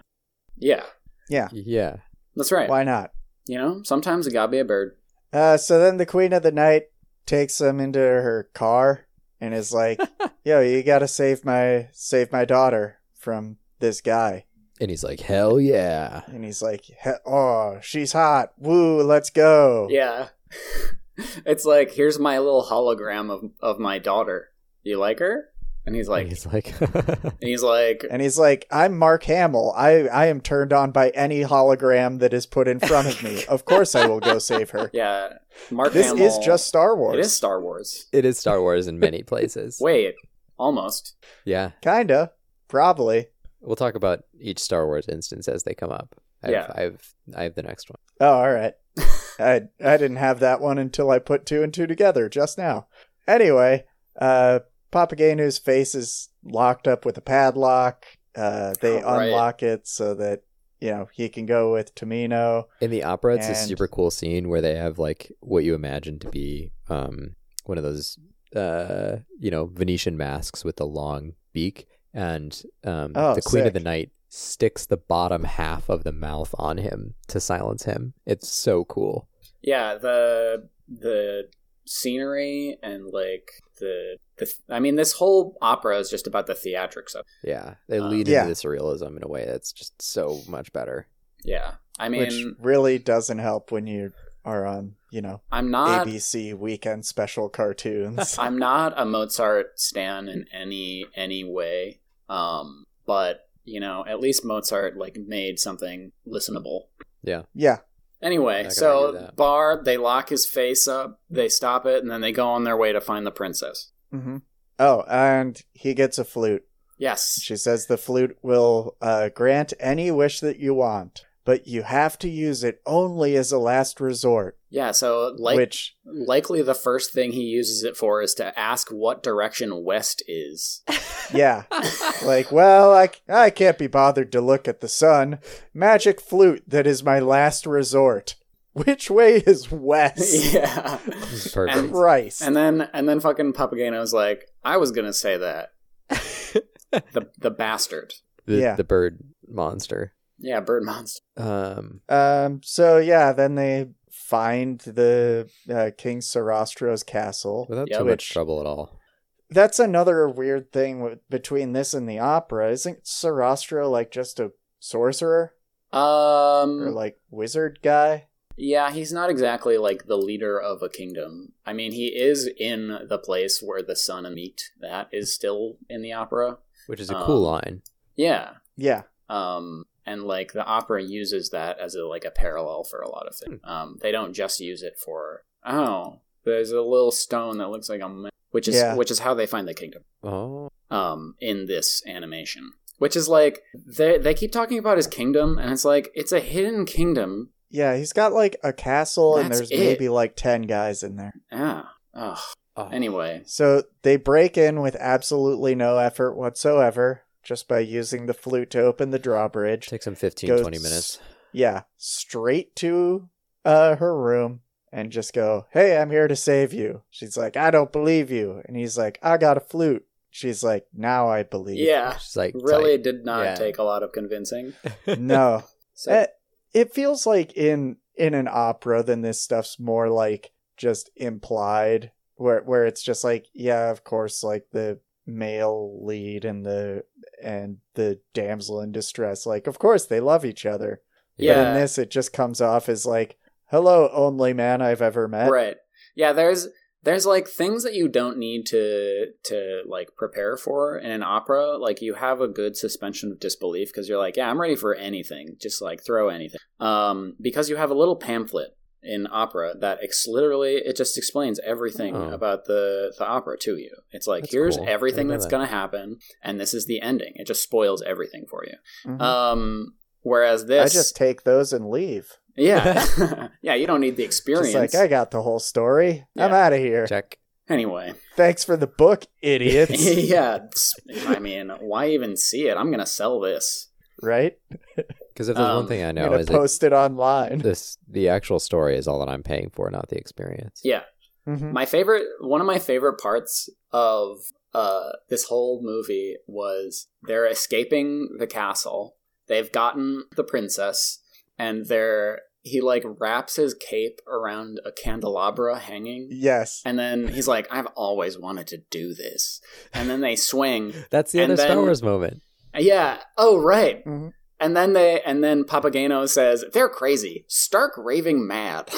[SPEAKER 2] yeah
[SPEAKER 1] Yeah.
[SPEAKER 3] Yeah.
[SPEAKER 2] that's right
[SPEAKER 1] Why not?
[SPEAKER 2] you know sometimes it gotta be a bird
[SPEAKER 1] Uh, so then the Queen of the Night takes him into her car and is like, "Yo, you gotta save my save my daughter from this guy."
[SPEAKER 3] And he's like, hell yeah.
[SPEAKER 1] And he's like, "He- oh, she's hot. Woo, let's go.
[SPEAKER 2] Yeah. it's like, here's my little hologram of, of my daughter. You like her? And he's like,
[SPEAKER 3] and he's like,
[SPEAKER 2] and he's like,
[SPEAKER 1] And he's like, I'm Mark Hamill. I, I am turned on by any hologram that is put in front of me. Of course I will go save her.
[SPEAKER 2] yeah, Mark
[SPEAKER 1] This
[SPEAKER 2] Hamill-
[SPEAKER 1] is just Star Wars.
[SPEAKER 2] It is Star Wars.
[SPEAKER 3] it is Star Wars in many places.
[SPEAKER 2] Wait, almost.
[SPEAKER 3] Yeah.
[SPEAKER 1] Kinda. Probably.
[SPEAKER 3] We'll talk about each Star Wars instance as they come up. I've,
[SPEAKER 2] Yeah.
[SPEAKER 3] I've, I have the next one.
[SPEAKER 1] Oh, all right. I I didn't have that one until I put two and two together just now. Anyway, uh Papageno's face is locked up with a padlock. Uh they
[SPEAKER 2] Oh, right.
[SPEAKER 1] unlock it so that, you know, he can go with Tomino.
[SPEAKER 3] In the opera, it's a
[SPEAKER 1] And-
[SPEAKER 3] super cool scene where they have like what you imagine to be um, one of those, uh, you know, Venetian masks with the long beak, and um,
[SPEAKER 1] Oh,
[SPEAKER 3] the Queen of
[SPEAKER 1] sick.
[SPEAKER 3] the Night sticks the bottom half of the mouth on him to silence him. It's so cool.
[SPEAKER 2] Yeah, the the scenery and like the the. I mean, this whole opera is just about the theatrics of.
[SPEAKER 3] Yeah, they
[SPEAKER 2] Um,
[SPEAKER 3] lead
[SPEAKER 1] Yeah.
[SPEAKER 3] into the surrealism in a way that's just so much better.
[SPEAKER 2] Yeah, I
[SPEAKER 1] which
[SPEAKER 2] mean,
[SPEAKER 1] really doesn't help when you are on, you know,
[SPEAKER 2] I'm not.
[SPEAKER 1] ABC weekend special cartoons.
[SPEAKER 2] I'm not a Mozart stan in any any way. Um, but you know, at least Mozart like made something listenable.
[SPEAKER 1] yeah.
[SPEAKER 2] Anyway,
[SPEAKER 3] can argue
[SPEAKER 2] so
[SPEAKER 3] that.
[SPEAKER 2] Bar they lock his face up, they stop it, and then they go on their way to find the princess.
[SPEAKER 1] hmm Oh, and he gets a flute.
[SPEAKER 2] Yes,
[SPEAKER 1] She says the flute will uh, grant any wish that you want, but you have to use it only as a last resort.
[SPEAKER 2] yeah. So like
[SPEAKER 1] which,
[SPEAKER 2] Likely the first thing he uses it for is to ask what direction west is.
[SPEAKER 1] yeah, like, well, I, c- I can't be bothered to look at the sun. Magic flute that is my last resort. Which way is west?
[SPEAKER 2] yeah.
[SPEAKER 3] Perfect.
[SPEAKER 1] Christ.
[SPEAKER 2] And then and then fucking Papageno's like, I was gonna say that. the the bastard.
[SPEAKER 3] the,
[SPEAKER 1] Yeah.
[SPEAKER 3] the bird monster.
[SPEAKER 2] Yeah, bird monster.
[SPEAKER 3] Um,
[SPEAKER 1] Um. So yeah, then they find the uh, King Sarastro's castle.
[SPEAKER 3] without
[SPEAKER 2] Yeah,
[SPEAKER 3] too
[SPEAKER 1] which-
[SPEAKER 3] much trouble at all.
[SPEAKER 1] That's another weird thing w- between this and the opera. Isn't Sarastro like just a sorcerer or
[SPEAKER 2] Um
[SPEAKER 1] like wizard guy?
[SPEAKER 2] Yeah, he's not exactly like the leader of a kingdom. I mean he is in the place where the sun meet. That is still in the opera.
[SPEAKER 3] Which is a cool
[SPEAKER 2] um,
[SPEAKER 3] line.
[SPEAKER 2] Yeah.
[SPEAKER 1] Yeah.
[SPEAKER 2] um, and like the opera uses that as a like a parallel for a lot of
[SPEAKER 1] Hmm.
[SPEAKER 2] things. Um, they don't just use it for oh, there's a little stone that looks like a ma-" which is
[SPEAKER 1] Yeah.
[SPEAKER 2] which is how they find the kingdom
[SPEAKER 3] Oh,
[SPEAKER 2] um, in this animation. Which is like they they keep talking about his kingdom, and it's like it's a hidden kingdom.
[SPEAKER 1] Yeah, he's got like a castle, and
[SPEAKER 2] That's
[SPEAKER 1] there's
[SPEAKER 2] it.
[SPEAKER 1] maybe like 10 guys in there.
[SPEAKER 2] Yeah. Ah, Ugh.
[SPEAKER 3] oh.
[SPEAKER 2] Anyway.
[SPEAKER 1] So they break in with absolutely no effort whatsoever just by using the flute to open the drawbridge.
[SPEAKER 3] Takes him 15,
[SPEAKER 1] Goes-
[SPEAKER 3] 20 minutes.
[SPEAKER 1] yeah, straight to uh, her room and just go, Hey, I'm here to save you. She's like, I don't believe you. And he's like, I got a flute. She's like, Now I believe.
[SPEAKER 2] Yeah.
[SPEAKER 3] She's like,
[SPEAKER 2] Really did not
[SPEAKER 3] Yeah.
[SPEAKER 2] take a lot of convincing.
[SPEAKER 3] tight.
[SPEAKER 1] No.
[SPEAKER 2] So
[SPEAKER 1] it, it feels like in in an opera, then this stuff's more like just implied, where where it's just like, yeah, of course, like the male lead and the and the damsel in distress, like, of course they love each other. But
[SPEAKER 2] yeah.
[SPEAKER 1] in this, it just comes off as like, "Hello, only man I've ever met."
[SPEAKER 2] right yeah there's there's like things that you don't need to to like prepare for in an opera like you have a good suspension of disbelief because you're like yeah i'm ready for anything just like throw anything um because you have a little pamphlet in opera that ex- literally it just explains everything
[SPEAKER 3] Oh.
[SPEAKER 2] about the the opera to you it's like
[SPEAKER 3] That's
[SPEAKER 2] here's
[SPEAKER 3] cool. I
[SPEAKER 2] everything
[SPEAKER 3] didn't know
[SPEAKER 2] that's
[SPEAKER 3] that.
[SPEAKER 2] gonna happen and this is the ending it just spoils everything for you
[SPEAKER 3] Mm-hmm.
[SPEAKER 1] Mhm.
[SPEAKER 2] um whereas
[SPEAKER 1] I
[SPEAKER 2] this
[SPEAKER 1] just take those and leave.
[SPEAKER 2] yeah yeah you don't need the experience
[SPEAKER 1] Just like I got the whole story. I'm
[SPEAKER 2] Yeah.
[SPEAKER 1] out of here.
[SPEAKER 3] Check.
[SPEAKER 2] anyway
[SPEAKER 1] Thanks for the book, idiots.
[SPEAKER 2] yeah, it's- I mean, why even see it? I'm gonna sell this.
[SPEAKER 1] right?
[SPEAKER 3] Because if there's
[SPEAKER 2] Um,
[SPEAKER 3] one thing I
[SPEAKER 1] I'm
[SPEAKER 3] know
[SPEAKER 1] gonna
[SPEAKER 3] is that
[SPEAKER 1] post it online.
[SPEAKER 3] this the actual story is all that I'm paying for, not the experience.
[SPEAKER 2] Yeah,
[SPEAKER 1] Mhm.
[SPEAKER 2] my favorite, one of my favorite parts of uh, this whole movie was they're escaping the castle. They've gotten the princess, and they're he like wraps his cape around a candelabra hanging.
[SPEAKER 1] Yes.
[SPEAKER 2] And then he's like, I've always wanted to do this. And then they swing.
[SPEAKER 3] That's the
[SPEAKER 2] And
[SPEAKER 3] other Star
[SPEAKER 2] then-
[SPEAKER 3] Wars moment. Mm-hmm.
[SPEAKER 2] Yeah. Oh, right.
[SPEAKER 1] Mhm.
[SPEAKER 2] And then they and then Papageno says they're crazy, stark raving mad.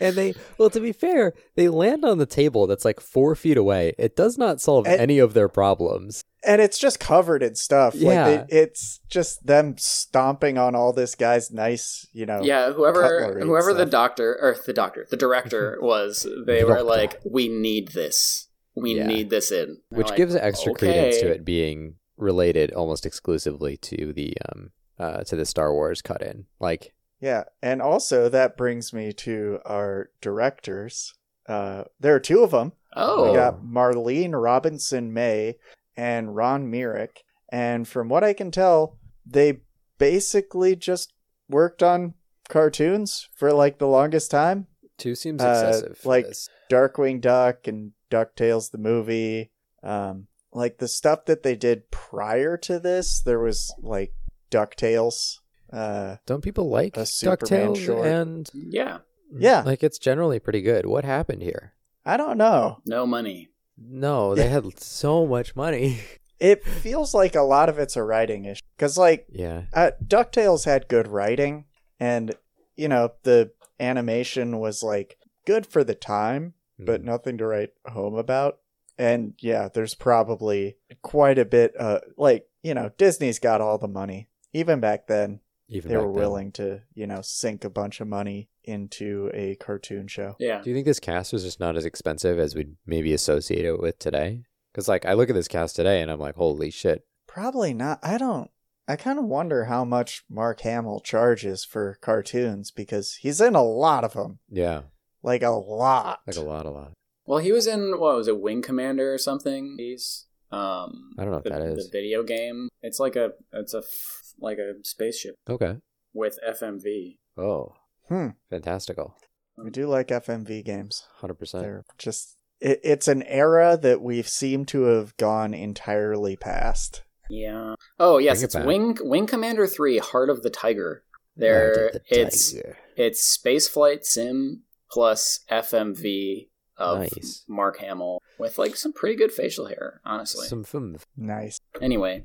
[SPEAKER 3] and they well to be fair they land on the table that's like four feet away it does not solve
[SPEAKER 1] And-
[SPEAKER 3] any of their problems
[SPEAKER 1] and it's just covered in stuff.
[SPEAKER 3] Yeah.
[SPEAKER 1] Like they, it's just them stomping on all this guy's nice, you know.
[SPEAKER 2] yeah, whoever
[SPEAKER 1] Cutlery and
[SPEAKER 2] whoever the
[SPEAKER 1] stuff.
[SPEAKER 2] doctor or the doctor, the director was, they were
[SPEAKER 3] Director.
[SPEAKER 2] like, we need this, we
[SPEAKER 3] Yeah.
[SPEAKER 2] need this in, They're
[SPEAKER 3] which
[SPEAKER 2] like,
[SPEAKER 3] gives extra credence to
[SPEAKER 2] "Okay."
[SPEAKER 3] it being related almost exclusively to the um uh to the star wars cut in like
[SPEAKER 1] Yeah. And also that brings me to our directors. Uh, there are two of them.
[SPEAKER 2] Oh,
[SPEAKER 1] We got Marlene Robinson May and Ron Myrick. And from what I can tell, they basically just worked on cartoons for like the longest time.
[SPEAKER 3] two seems
[SPEAKER 1] Uh,
[SPEAKER 3] excessive for
[SPEAKER 1] like-
[SPEAKER 3] this.
[SPEAKER 1] Darkwing Duck and DuckTales the movie. Um, like the stuff that they did prior to this, there was like DuckTales. Uh,
[SPEAKER 3] don't people like
[SPEAKER 1] a Superman
[SPEAKER 3] ducktales
[SPEAKER 1] short.
[SPEAKER 3] and
[SPEAKER 2] yeah,
[SPEAKER 1] Yeah.
[SPEAKER 3] like it's generally pretty good what happened here
[SPEAKER 1] I don't know.
[SPEAKER 2] no money.
[SPEAKER 3] no they had so much money
[SPEAKER 1] It feels like a lot of it's a writing issue because like
[SPEAKER 3] yeah
[SPEAKER 1] uh, DuckTales had good writing and you know the animation was like good for the time,
[SPEAKER 3] Mm,
[SPEAKER 1] but nothing to write home about. And yeah, there's probably quite a bit. Uh, like you know, Disney's got all the money. Even back then,
[SPEAKER 3] even
[SPEAKER 1] they
[SPEAKER 3] back
[SPEAKER 1] were
[SPEAKER 3] then.
[SPEAKER 1] willing to you know sink a bunch of money into a cartoon show.
[SPEAKER 2] Yeah,
[SPEAKER 3] Do you think this cast was just not as expensive as we'd maybe associate it with today? Because like I look at this cast today and I'm like, holy shit!
[SPEAKER 1] Probably not. I don't. I kind of wonder how much Mark Hamill charges for cartoons because he's in a lot of them.
[SPEAKER 3] Yeah,
[SPEAKER 1] Like a lot.
[SPEAKER 3] like a lot, a lot.
[SPEAKER 2] well, he was in what was it, Wing Commander or something? He's um,
[SPEAKER 3] I don't know what
[SPEAKER 2] the,
[SPEAKER 3] that is.
[SPEAKER 2] the video game. It's like a it's a f- like a spaceship
[SPEAKER 3] Okay.
[SPEAKER 2] with FMV.
[SPEAKER 3] Oh,
[SPEAKER 1] Hmm.
[SPEAKER 3] fantastical.
[SPEAKER 1] We do like FMV games.
[SPEAKER 3] Hundred percent.
[SPEAKER 1] They're just. It, it's an era that we seem to have gone entirely past.
[SPEAKER 2] Yeah. Oh yes,
[SPEAKER 3] Bring it
[SPEAKER 2] it's
[SPEAKER 3] back.
[SPEAKER 2] Wing Wing Commander Three: Heart of the Tiger. There, it's it's space flight sim plus FMV of
[SPEAKER 3] Nice.
[SPEAKER 2] Mark Hamill with like some pretty good facial hair, honestly.
[SPEAKER 3] some film.
[SPEAKER 1] Nice.
[SPEAKER 2] Anyway,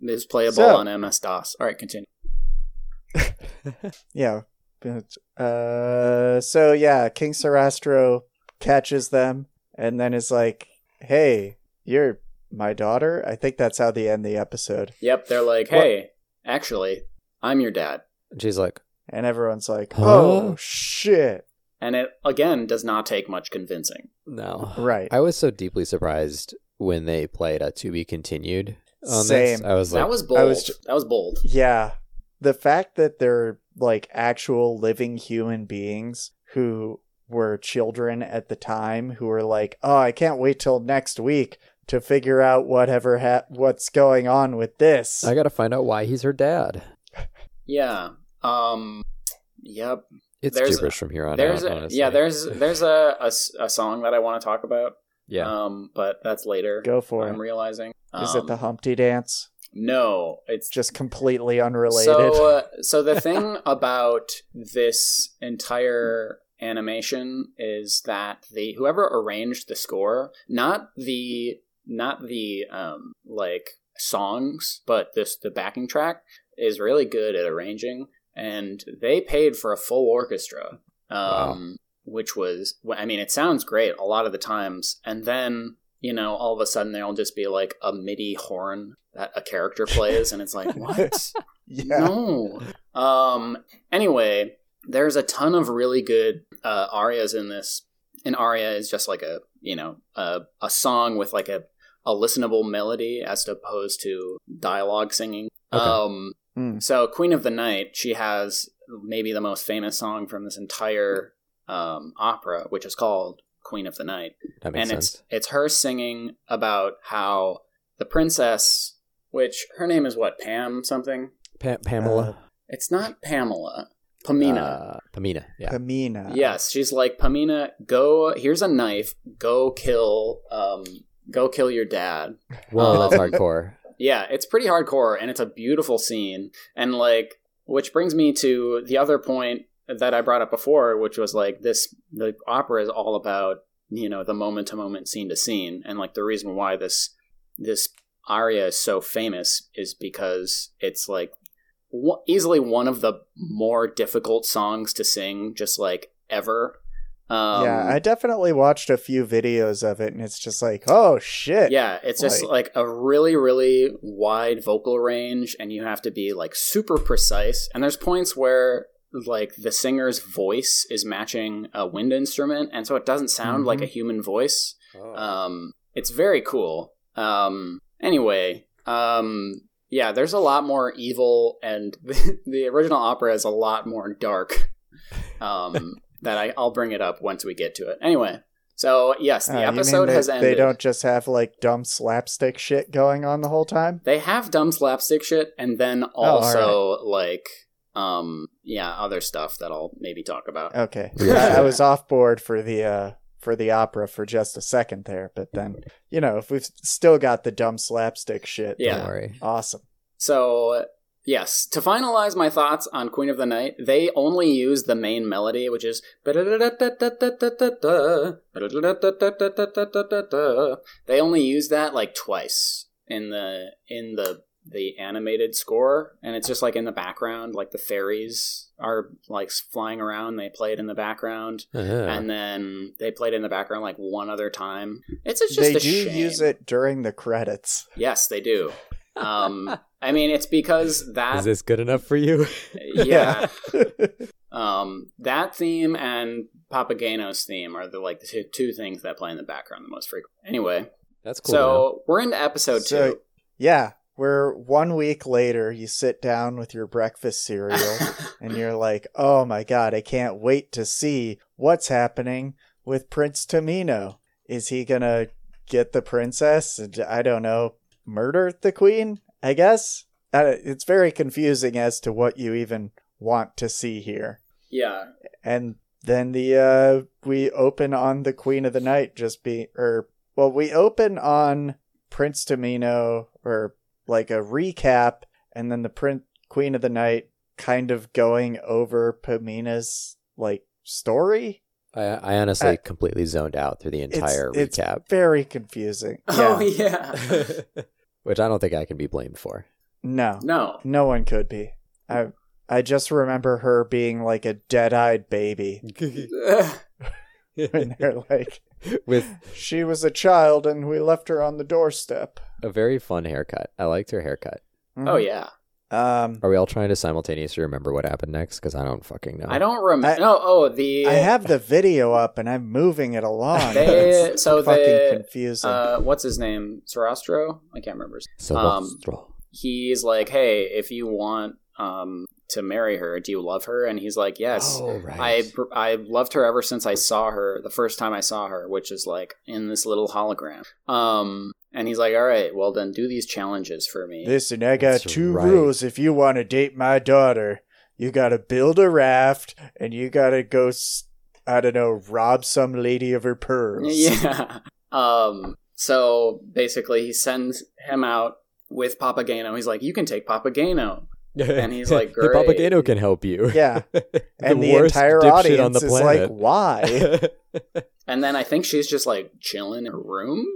[SPEAKER 2] it is playable
[SPEAKER 1] So-
[SPEAKER 2] on MS DOS. All right, continue.
[SPEAKER 1] Yeah. But, uh, so yeah, King Sarastro catches them and then is like, "Hey, you're my daughter." I think that's how they end the episode.
[SPEAKER 2] Yep, they're like,
[SPEAKER 1] What?
[SPEAKER 2] hey, actually, I'm your dad,
[SPEAKER 3] She's like,
[SPEAKER 1] And everyone's like,
[SPEAKER 3] Huh?
[SPEAKER 1] "Oh shit!"
[SPEAKER 2] and it again does not take much convincing.
[SPEAKER 3] no.
[SPEAKER 1] Right.
[SPEAKER 3] I was so deeply surprised when they played a to be continued. On This.
[SPEAKER 1] Same.
[SPEAKER 3] I was like,
[SPEAKER 2] that was bold.
[SPEAKER 1] was ju-
[SPEAKER 2] that was bold.
[SPEAKER 1] Yeah. The fact that they're like actual living human beings who were children at the time who were like, "Oh, I can't wait till next week to figure out whatever ha- what's going on with this."
[SPEAKER 3] I got to find out why he's her dad.
[SPEAKER 2] Yeah. Um. Yep.
[SPEAKER 3] It's
[SPEAKER 2] There's a-
[SPEAKER 3] gibberish from here on
[SPEAKER 2] There's
[SPEAKER 3] out.
[SPEAKER 2] a,
[SPEAKER 3] honestly.
[SPEAKER 2] yeah. There's there's a, a s- a song that I want to talk about.
[SPEAKER 3] yeah.
[SPEAKER 2] Um. But that's later.
[SPEAKER 1] Go for
[SPEAKER 2] I'm
[SPEAKER 1] it.
[SPEAKER 2] realizing.
[SPEAKER 1] Is
[SPEAKER 2] Um,
[SPEAKER 1] it the Humpty Dance?
[SPEAKER 2] No, it's
[SPEAKER 1] Just completely unrelated.
[SPEAKER 2] so. Uh, so the thing about this entire animation is that the whoever arranged the score, not the not the um like songs, but this the backing track is really good at arranging, and they paid for a full orchestra. Um,
[SPEAKER 3] Wow.
[SPEAKER 2] Which was, well, I mean, it sounds great a lot of the times, and then you know, all of a sudden there'll just be like a MIDI horn that a character plays, and it's like, what?
[SPEAKER 1] yeah.
[SPEAKER 2] No. Um. Anyway, there's a ton of really good uh, arias in this, and aria is just like a you know a a song with like a a listenable melody as opposed to dialogue singing.
[SPEAKER 3] Okay. Hmm.
[SPEAKER 2] Um.
[SPEAKER 1] Mm.
[SPEAKER 2] So Queen of the Night, she has maybe the most famous song from this entire um, opera, which is called Queen of the Night
[SPEAKER 3] That makes
[SPEAKER 2] and
[SPEAKER 3] sense.
[SPEAKER 2] it's it's her singing about how the princess, which her name is what Pam something.
[SPEAKER 3] Pa- Pamela.
[SPEAKER 1] Uh,
[SPEAKER 2] It's not Pamela, Pamina.
[SPEAKER 3] Uh, Pamina. Yeah.
[SPEAKER 1] Pamina.
[SPEAKER 2] yes, she's like Pamina. Go here's a knife. Go kill. Um, go kill your dad.
[SPEAKER 3] Well,
[SPEAKER 2] Um,
[SPEAKER 3] that's hardcore.
[SPEAKER 2] Yeah, it's pretty hardcore, and it's a beautiful scene. And like, which brings me to the other point that I brought up before, which was like this: the opera is all about you know the moment to moment, scene to scene, and like the reason why this this aria is so famous is because it's like w- easily one of the more difficult songs to sing, just like ever. Um,
[SPEAKER 1] yeah, I definitely watched a few videos of it, and it's just like, oh shit.
[SPEAKER 2] yeah, it's just
[SPEAKER 1] Like-
[SPEAKER 2] like a really, really wide vocal range, and you have to be like super precise. And there's points where like the singer's voice is matching a wind instrument, and so it doesn't sound like
[SPEAKER 1] Mhm.
[SPEAKER 2] a human voice.
[SPEAKER 3] Oh,
[SPEAKER 2] Um, it's very cool. Um, anyway, um, yeah, there's a lot more evil, and the, original opera is a lot more dark. Um, that I, I'll bring it up once we get to it. Anyway, so yes,
[SPEAKER 1] Uh,
[SPEAKER 2] the
[SPEAKER 1] you mean
[SPEAKER 2] episode
[SPEAKER 1] they,
[SPEAKER 2] has
[SPEAKER 1] they
[SPEAKER 2] ended.
[SPEAKER 1] don't just have like dumb slapstick shit going on the whole time.
[SPEAKER 2] They have dumb slapstick shit, and then
[SPEAKER 1] Oh, all
[SPEAKER 2] also like, um, yeah, other stuff that I'll maybe talk about.
[SPEAKER 1] Okay,
[SPEAKER 3] Yeah.
[SPEAKER 1] Uh, I, I was off board for the uh, for the opera for just a second there, but then you know if we've still got the dumb slapstick shit,
[SPEAKER 2] Yeah.
[SPEAKER 3] Don't worry.
[SPEAKER 1] awesome.
[SPEAKER 2] So, yes, to finalize my thoughts on Queen of the Night, they only use the main melody, which is. They only use that like twice in the in the the animated score and it's just like in the background like the fairies are like flying around they play it in the background
[SPEAKER 3] Uh-huh.
[SPEAKER 2] and then they played it in the background like one other time it's, it's just
[SPEAKER 1] They
[SPEAKER 2] a
[SPEAKER 1] do
[SPEAKER 2] shame.
[SPEAKER 1] use it during the credits.
[SPEAKER 2] yes they do um i mean it's because that
[SPEAKER 3] Is this good enough for you?
[SPEAKER 2] yeah. um, that theme and Papageno's theme are the like the two, two things that play in the background the most frequently. Anyway,
[SPEAKER 3] That's cool.
[SPEAKER 2] so we're into episode
[SPEAKER 1] So-
[SPEAKER 2] two.
[SPEAKER 1] yeah, we're one week later. You sit down with your breakfast cereal. and you're like, oh my god, I can't wait to see what's happening with Prince Tomino. Is he gonna get the princess? And, I don't know, murder the queen? I guess I don't- it's very confusing as to what you even want to see here.
[SPEAKER 2] yeah,
[SPEAKER 1] And then the uh, we open on the Queen of the Night just be or well, we open on Prince Tomino or like a recap, and then the Prince Queen of the Night kind of going over Pamina's like story.
[SPEAKER 3] I, I honestly
[SPEAKER 1] Uh,
[SPEAKER 3] completely zoned out through the
[SPEAKER 1] it's-
[SPEAKER 3] entire
[SPEAKER 1] it's-
[SPEAKER 3] recap,
[SPEAKER 1] Very confusing.
[SPEAKER 2] Oh
[SPEAKER 1] Yeah.
[SPEAKER 2] yeah.
[SPEAKER 3] which I don't think I can be blamed for.
[SPEAKER 1] No,
[SPEAKER 2] no.
[SPEAKER 1] no one could be. I I just remember her being like a dead-eyed baby, and they're like,
[SPEAKER 3] With
[SPEAKER 1] she was a child, and we left her on the doorstep. Mm-hmm.
[SPEAKER 3] a very fun haircut. I liked her haircut.
[SPEAKER 2] oh yeah.
[SPEAKER 1] Um,
[SPEAKER 3] Are we all trying to simultaneously remember what happened next? Because I don't fucking know.
[SPEAKER 2] I don't remember.
[SPEAKER 1] I-
[SPEAKER 2] No. Oh, the
[SPEAKER 1] I have the video up and I'm moving it along.
[SPEAKER 2] they.
[SPEAKER 1] It's
[SPEAKER 2] So
[SPEAKER 1] fucking
[SPEAKER 2] the
[SPEAKER 1] confusing.
[SPEAKER 2] uh, what's his name? Sarastro? I can't remember. his
[SPEAKER 3] So
[SPEAKER 2] um,
[SPEAKER 3] monstro.
[SPEAKER 2] He's like, hey, if you want um to marry her, do you love her? And he's like, yes.
[SPEAKER 3] Oh, right.
[SPEAKER 2] I I loved her ever since I saw her the first time I saw her, which is like in this little hologram. Um, and he's like, "All right, well then, do these challenges for me."
[SPEAKER 1] Listen, I got
[SPEAKER 3] That's
[SPEAKER 1] two
[SPEAKER 3] right.
[SPEAKER 1] rules if you want to date my daughter. You got to build a raft and you got to go, s- I don't know, rob some lady of her pearls.
[SPEAKER 2] yeah. Um. So basically, he sends him out with Papageno. He's like, "You can take Papageno." and he's like,
[SPEAKER 3] "Hey,
[SPEAKER 2] "Great."
[SPEAKER 3] Papageno can help you."
[SPEAKER 1] Yeah. and the,
[SPEAKER 3] worst
[SPEAKER 1] entire
[SPEAKER 3] dipshit
[SPEAKER 1] audience
[SPEAKER 3] on the
[SPEAKER 1] is like,
[SPEAKER 3] planet.
[SPEAKER 1] why?
[SPEAKER 2] And then I think she's just like chilling in her room.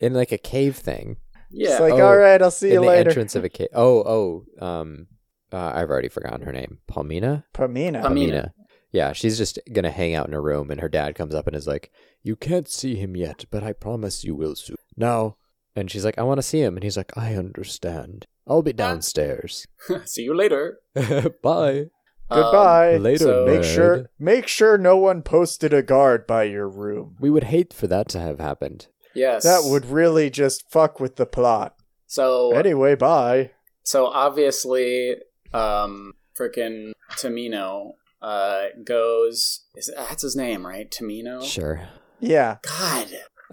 [SPEAKER 3] in like a cave thing.
[SPEAKER 2] Yeah.
[SPEAKER 1] It's like,
[SPEAKER 3] Oh,
[SPEAKER 1] all right, I'll see
[SPEAKER 3] in
[SPEAKER 1] you
[SPEAKER 3] the
[SPEAKER 1] later.
[SPEAKER 3] entrance of a cave. Oh, oh. Um, uh, I've already forgotten her name. Palmina.
[SPEAKER 1] Pamina.
[SPEAKER 2] Pamina.
[SPEAKER 3] Yeah, she's just gonna hang out in her room, and her dad comes up and is like, "You can't see him yet, but I promise you will soon." Now, and she's like, "I want to see him," and he's like, "I understand. I'll be downstairs.
[SPEAKER 2] See you later.
[SPEAKER 3] Bye.
[SPEAKER 2] Um,
[SPEAKER 1] Goodbye.
[SPEAKER 3] Later,
[SPEAKER 2] so-
[SPEAKER 1] Make
[SPEAKER 3] nerd.
[SPEAKER 1] sure, make sure no one posted a guard by your room.
[SPEAKER 3] We would hate for that to have happened."
[SPEAKER 2] yes.
[SPEAKER 1] That would really just fuck with the plot.
[SPEAKER 2] So
[SPEAKER 1] Anyway, bye.
[SPEAKER 2] So obviously, um, freaking Tamino uh, goes. Is that's his name, right? Tamino.
[SPEAKER 3] Sure.
[SPEAKER 1] Yeah,
[SPEAKER 2] God,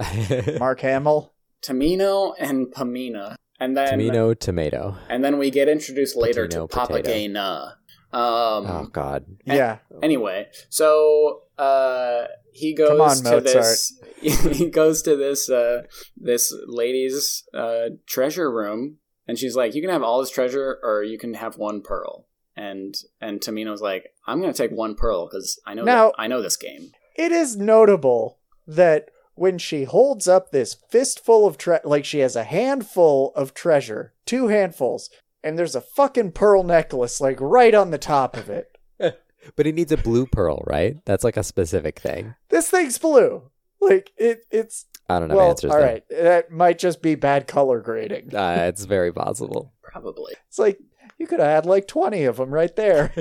[SPEAKER 1] Mark Hamill.
[SPEAKER 2] Tamino and Pamina, and then
[SPEAKER 3] Tomato, tomato.
[SPEAKER 2] and then we get introduced later
[SPEAKER 3] Patino,
[SPEAKER 2] to Papagena. Um,
[SPEAKER 3] oh God.
[SPEAKER 1] Yeah,
[SPEAKER 2] Anyway, so uh, he goes
[SPEAKER 1] Come on,
[SPEAKER 2] to
[SPEAKER 1] Mozart.
[SPEAKER 2] this. he goes to this uh, this lady's uh, treasure room, and she's like, "You can have all this treasure, or you can have one pearl." And and Tamino's like, "I'm going to take one pearl because I know
[SPEAKER 1] Now-
[SPEAKER 2] I know this game."
[SPEAKER 1] it is notable that when she holds up this fistful of tre- like she has a handful of treasure, two handfuls, and there's a fucking pearl necklace like right on the top of it.
[SPEAKER 3] But he needs a blue pearl, right? That's like a specific thing.
[SPEAKER 1] This thing's blue. Like it it's
[SPEAKER 3] I don't have
[SPEAKER 1] well,
[SPEAKER 3] answers
[SPEAKER 1] all
[SPEAKER 3] there.
[SPEAKER 1] right. That might just be bad color grading.
[SPEAKER 3] Uh, it's very possible.
[SPEAKER 2] Probably.
[SPEAKER 1] It's like you could have had like 20 of them right there.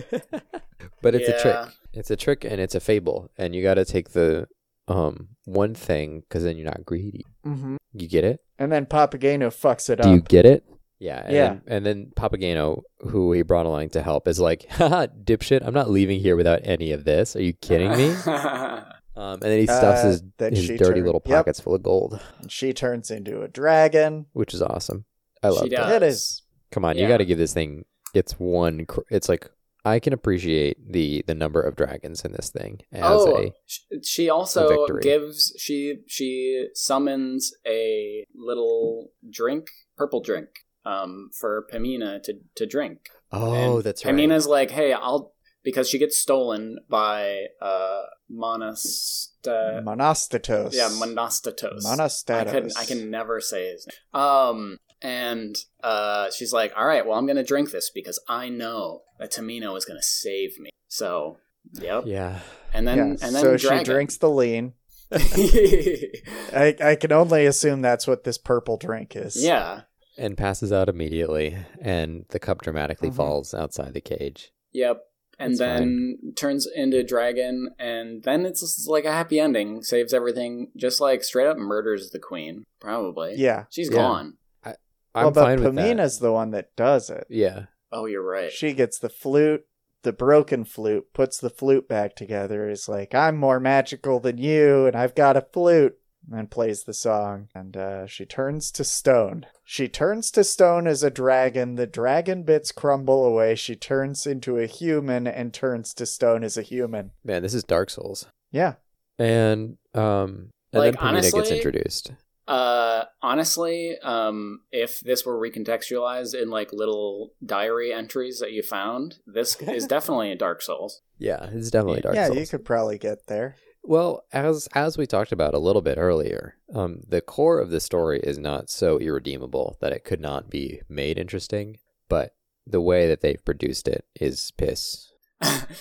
[SPEAKER 3] But it's a
[SPEAKER 2] Yeah.
[SPEAKER 3] trick. It's a trick and it's a fable. And you got to take the um one thing because then you're not greedy.
[SPEAKER 1] hmm
[SPEAKER 3] You get it?
[SPEAKER 1] And then Papageno fucks it
[SPEAKER 3] Do you
[SPEAKER 1] up.
[SPEAKER 3] get it? Yeah. And
[SPEAKER 1] Yeah.
[SPEAKER 3] Then, and then Papageno, who he brought along to help, is like, haha, dipshit, I'm not leaving here without any of this. Are you kidding me? Um, and then he stuffs
[SPEAKER 1] Uh,
[SPEAKER 3] his,
[SPEAKER 1] then
[SPEAKER 3] his
[SPEAKER 1] she
[SPEAKER 3] dirty
[SPEAKER 1] turned-
[SPEAKER 3] little
[SPEAKER 1] yep.
[SPEAKER 3] pockets full of gold,
[SPEAKER 1] And she turns into a dragon.
[SPEAKER 3] which is awesome. I
[SPEAKER 2] She
[SPEAKER 3] love that.
[SPEAKER 2] does.
[SPEAKER 1] It is
[SPEAKER 3] Come on, you
[SPEAKER 2] Yeah.
[SPEAKER 3] got to give this thing. It's one. cr- It's like I can appreciate the the number of dragons in this thing as
[SPEAKER 2] oh,
[SPEAKER 3] a
[SPEAKER 2] sh she also
[SPEAKER 3] victory.
[SPEAKER 2] gives she she summons a little drink, purple drink, um, for Pamina to to drink.
[SPEAKER 3] oh
[SPEAKER 2] And
[SPEAKER 3] that's right.
[SPEAKER 2] Pamina's like, hey, I'll because she gets stolen by uh Monasta
[SPEAKER 1] Monostatos.
[SPEAKER 2] Uh, Yeah, Monastatos. I
[SPEAKER 1] Monostatos.
[SPEAKER 2] can I can never say his name. Um and uh she's like, All right, well I'm gonna drink this because I know that Tamino is gonna save me. So Yep.
[SPEAKER 3] yeah.
[SPEAKER 2] And then
[SPEAKER 1] Yeah,
[SPEAKER 2] and then
[SPEAKER 1] so
[SPEAKER 2] dragon.
[SPEAKER 1] she drinks the lean.
[SPEAKER 2] yeah.
[SPEAKER 1] I, I can only assume that's what this purple drink is.
[SPEAKER 3] and passes out immediately, and the cup dramatically
[SPEAKER 1] Mhm.
[SPEAKER 3] falls outside the cage.
[SPEAKER 2] Yep. And
[SPEAKER 3] That's
[SPEAKER 2] then turns into dragon, and then it's just like a happy ending. Saves everything, just like straight up murders the queen. Probably.
[SPEAKER 1] Yeah.
[SPEAKER 2] She's
[SPEAKER 3] Yeah.
[SPEAKER 2] gone.
[SPEAKER 3] I'm
[SPEAKER 1] well, but
[SPEAKER 3] fine with that.
[SPEAKER 1] Pamina's the one that does it.
[SPEAKER 3] Yeah,
[SPEAKER 2] Oh, you're right.
[SPEAKER 1] She gets the flute, the broken flute, puts the flute back together, is like, I'm more magical than you, and I've got a flute, and then plays the song. And uh, she turns to stone. She turns to stone as a dragon. The dragon bits crumble away. She turns into a human and turns to stone as a human.
[SPEAKER 3] man, this is Dark Souls,
[SPEAKER 1] Yeah.
[SPEAKER 3] and um, and
[SPEAKER 2] Like,
[SPEAKER 3] then Pamina gets
[SPEAKER 2] honestly-
[SPEAKER 3] introduced.
[SPEAKER 2] Uh, honestly, um, if this were recontextualized in like little diary entries that you found, this is definitely a Dark Souls.
[SPEAKER 3] Yeah, it's definitely Dark
[SPEAKER 1] yeah,
[SPEAKER 3] Souls.
[SPEAKER 1] you could probably get there.
[SPEAKER 3] Well, as as we talked about a little bit earlier, um, the core of the story is not so irredeemable that it could not be made interesting, but the way that they've produced it is piss.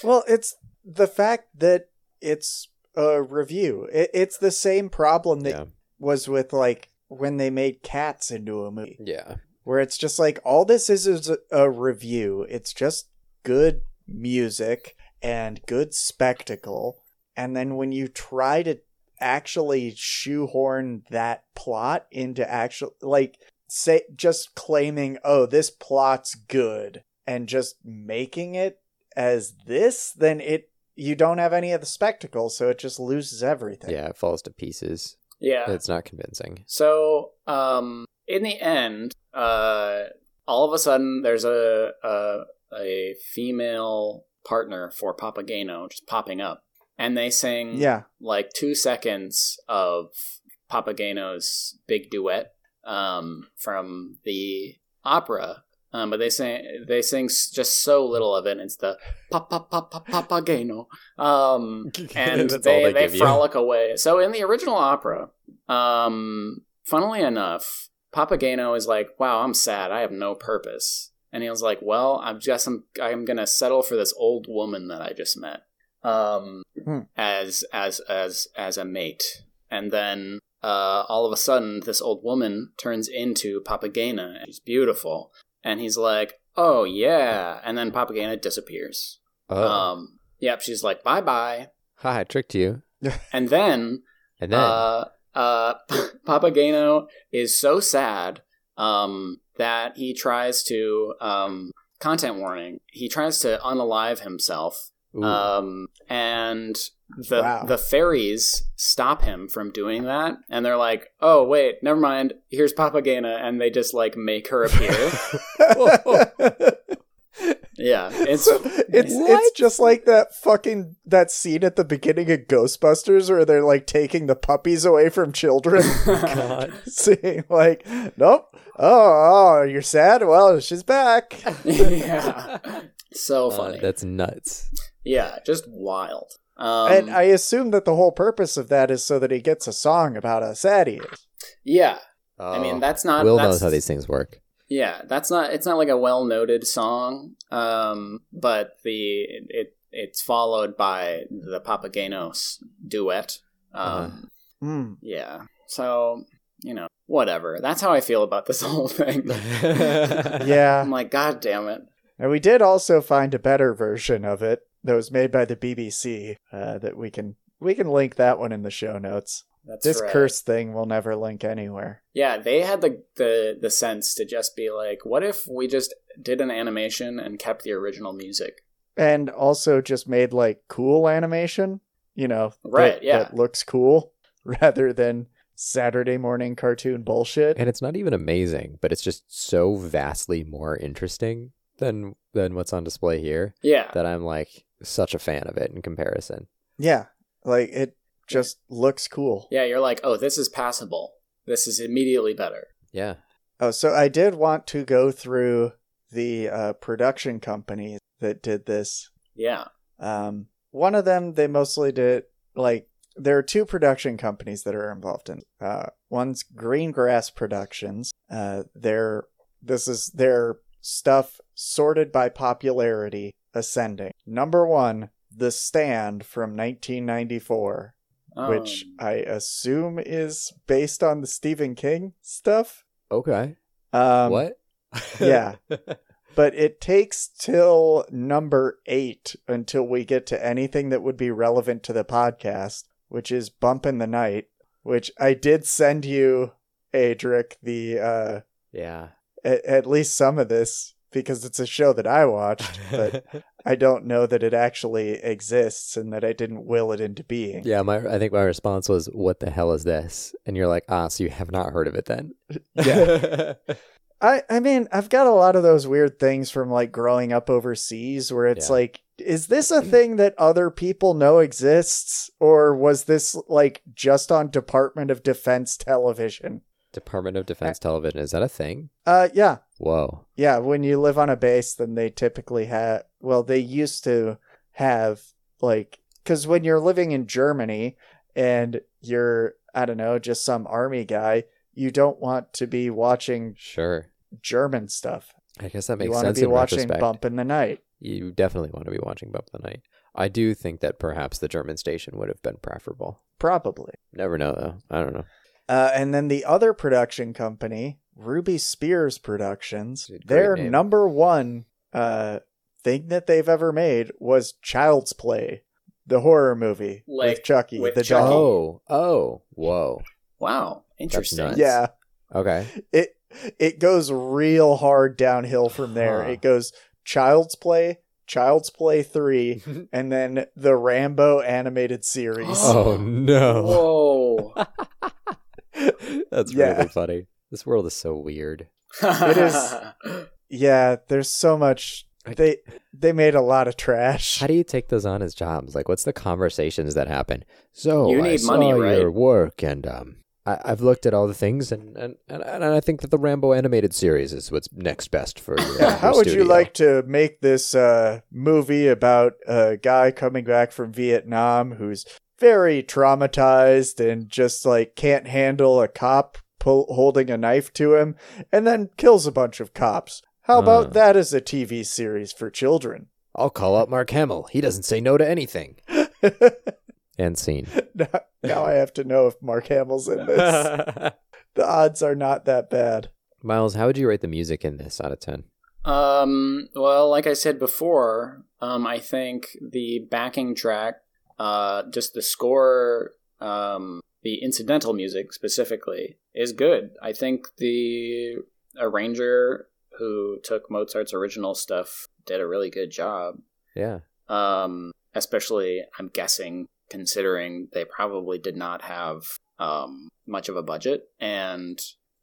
[SPEAKER 1] Well, it's the fact that it's a review. It, it's the same problem that
[SPEAKER 3] Yeah,
[SPEAKER 1] was with like when they made cats into a movie
[SPEAKER 3] yeah,
[SPEAKER 1] where it's just like all this is is a review it's just good music and good spectacle and then when you try to actually shoehorn that plot into actual like say just claiming oh this plot's good and just making it as this then it you don't have any of the spectacle so it just loses everything
[SPEAKER 3] yeah. It falls to pieces.
[SPEAKER 2] Yeah.
[SPEAKER 3] It's not convincing.
[SPEAKER 2] So, um, in the end, uh, all of a sudden, there's a a, a female partner for Papageno just popping up, and they sing
[SPEAKER 1] yeah
[SPEAKER 2] like two seconds of Papageno's big duet um, from the opera. Um, but they sing they sing s- just so little of it. It's the pa pa pa pa Papageno, um, and
[SPEAKER 3] That's all
[SPEAKER 2] they
[SPEAKER 3] they
[SPEAKER 2] they,
[SPEAKER 3] give you.
[SPEAKER 2] frolic away. So in the original opera, um, funnily enough, Papageno is like, "Wow, I'm sad. I have no purpose." And he was like, "Well, I'm just I'm, I'm gonna settle for this old woman that I just met." Um,
[SPEAKER 3] Hmm.
[SPEAKER 2] as as as as a mate and then uh, all of a sudden this old woman turns into papagena and she's beautiful and he's like oh yeah and then papagena disappears
[SPEAKER 3] Oh,
[SPEAKER 2] um yep she's like bye bye
[SPEAKER 3] ha! I tricked you.
[SPEAKER 2] and then
[SPEAKER 3] And then
[SPEAKER 2] uh uh papageno is so sad um that he tries to um content warning he tries to unalive himself
[SPEAKER 3] ooh,
[SPEAKER 2] um, and the
[SPEAKER 1] Wow.
[SPEAKER 2] the fairies stop him from doing that, and they're like, "Oh wait, never mind. Here's Papagena," and they just like make her appear. yeah, it's
[SPEAKER 1] So, it's
[SPEAKER 3] What?
[SPEAKER 1] it's just like that fucking that scene at the beginning of Ghostbusters where they're like taking the puppies away from children.
[SPEAKER 2] Oh,
[SPEAKER 3] God.
[SPEAKER 1] Seeing like, nope. Oh, oh, you're sad. Well, she's back.
[SPEAKER 2] yeah, so
[SPEAKER 3] Uh,
[SPEAKER 2] funny.
[SPEAKER 3] that's nuts.
[SPEAKER 2] yeah, just wild. Um,
[SPEAKER 1] and I assume that the whole purpose of that is so that he gets a song about how sad he is.
[SPEAKER 2] yeah, I
[SPEAKER 3] Oh.
[SPEAKER 2] mean that's not
[SPEAKER 3] Uh, Will
[SPEAKER 2] that's,
[SPEAKER 3] knows how these things work.
[SPEAKER 2] Yeah, that's not. It's not like a well noted song, um, but the it it's followed by the Papaganos duet. Um,
[SPEAKER 1] Mm.
[SPEAKER 2] Yeah, so you know, whatever. That's how I feel about this whole thing. I'm
[SPEAKER 1] Yeah.
[SPEAKER 2] like, God damn it.
[SPEAKER 1] And we did also find a better version of it that was made by the BBC uh, that we can we can link that one in the show notes.
[SPEAKER 2] That's
[SPEAKER 1] this
[SPEAKER 2] right.
[SPEAKER 1] curse thing will never link anywhere.
[SPEAKER 2] Yeah, they had the, the the sense to just be like, what if we just did an animation and kept the original music?
[SPEAKER 1] And also just made like cool animation, you know, that-
[SPEAKER 2] Right, yeah.
[SPEAKER 1] that looks cool rather than Saturday morning cartoon bullshit.
[SPEAKER 3] and it's not even amazing, but it's just so vastly more interesting than than what's on display here
[SPEAKER 2] Yeah.
[SPEAKER 3] that I'm like such a fan of it in comparison.
[SPEAKER 1] Yeah. Like it just looks cool.
[SPEAKER 2] Yeah, you're like, oh, this is passable. This is immediately better.
[SPEAKER 3] Yeah.
[SPEAKER 1] Oh, so I did want to go through the uh, production company that did this.
[SPEAKER 2] Yeah.
[SPEAKER 1] Um, one of them, they mostly did like there are two production companies that are involved in. Uh, one's Greengrass Productions. Uh, their this is their stuff sorted by popularity ascending. Number one, The Stand from 1994,
[SPEAKER 2] Um,
[SPEAKER 1] which I assume is based on the Stephen King stuff.
[SPEAKER 3] Okay.
[SPEAKER 1] Um,
[SPEAKER 3] what?
[SPEAKER 1] yeah. But it takes till number eight until we get to anything that would be relevant to the podcast, which is Bump in the Night, which I did send you, Adric, the uh
[SPEAKER 3] yeah.
[SPEAKER 1] at, at least some of this because it's a show that I watched, but I don't know that it actually exists and that I didn't will it into being.
[SPEAKER 3] yeah, my I think my response was, "What the hell is this?" And you're like, "Ah, so you have not heard of it then?" Yeah.
[SPEAKER 1] I I mean, I've got a lot of those weird things from like growing up overseas where it's
[SPEAKER 3] Yeah. Mm.
[SPEAKER 1] like is this a thing that other people know exists or was this like just on Department of Defense television?
[SPEAKER 3] Department of Defense television is that a thing?
[SPEAKER 1] Uh yeah.
[SPEAKER 3] Whoa.
[SPEAKER 1] Yeah, when you live on a base then they typically have well, they used to have like cuz when you're living in Germany and you're I don't know, just some army guy, you don't want to be watching
[SPEAKER 3] Sure.
[SPEAKER 1] German stuff.
[SPEAKER 3] I guess that
[SPEAKER 1] You
[SPEAKER 3] makes
[SPEAKER 1] want to
[SPEAKER 3] sense
[SPEAKER 1] be
[SPEAKER 3] in
[SPEAKER 1] watching
[SPEAKER 3] retrospect.
[SPEAKER 1] Bump in the Night.
[SPEAKER 3] You definitely want to be watching Bump the Night. I do think that perhaps the German station would have been preferable.
[SPEAKER 1] Probably.
[SPEAKER 3] Never know though. I don't know.
[SPEAKER 1] Uh, and then the other production company, Ruby Spears Productions,
[SPEAKER 3] Dude, great
[SPEAKER 1] their
[SPEAKER 3] name.
[SPEAKER 1] number one uh, thing that they've ever made was Child's Play, the horror movie
[SPEAKER 2] Like,
[SPEAKER 1] with Chucky,
[SPEAKER 2] with
[SPEAKER 1] the
[SPEAKER 2] Chucky.
[SPEAKER 1] dog.
[SPEAKER 3] Oh, oh, whoa.
[SPEAKER 2] wow. Interesting.
[SPEAKER 3] nuts.
[SPEAKER 1] Yeah,
[SPEAKER 3] Okay.
[SPEAKER 1] it it goes real hard downhill from there.
[SPEAKER 3] Huh.
[SPEAKER 1] It goes Child's Play, Child's Play three, and then the Rambo animated series.
[SPEAKER 3] oh no.
[SPEAKER 2] Whoa.
[SPEAKER 3] That's
[SPEAKER 1] Yeah.
[SPEAKER 3] really funny. This world is so weird.
[SPEAKER 2] it
[SPEAKER 1] is- yeah, there's so much. They they made a lot of trash.
[SPEAKER 3] How do you take those on as jobs? Like, what's the conversations that happen? So
[SPEAKER 2] You
[SPEAKER 3] I
[SPEAKER 2] need
[SPEAKER 3] saw
[SPEAKER 2] money, right?
[SPEAKER 3] your work, and um, I, I've looked at all the things, and and, and and I think that the Rambo animated series is what's next best for you.
[SPEAKER 1] Yeah, how would you like to make this uh, movie about a guy coming back from Vietnam who's very traumatized and just like can't handle a cop pull- holding a knife to him and then kills a bunch of cops? How about
[SPEAKER 3] Uh.
[SPEAKER 1] that as a TV series for children?
[SPEAKER 3] I'll call up Mark Hamill. He doesn't say no to anything. And scene.
[SPEAKER 1] now, now I have to know if Mark Hamill's in this.
[SPEAKER 3] Miles,
[SPEAKER 1] the odds are not that bad.
[SPEAKER 3] how would you rate the music in this out of ten?
[SPEAKER 2] Um, well, like I said before, um, I think the backing track, uh, just the score, um, the incidental music specifically, is good. I think the arranger who took Mozart's original stuff did a really good job.
[SPEAKER 3] Yeah.
[SPEAKER 2] Um, especially, I'm guessing, considering they probably did not have um, much of a budget and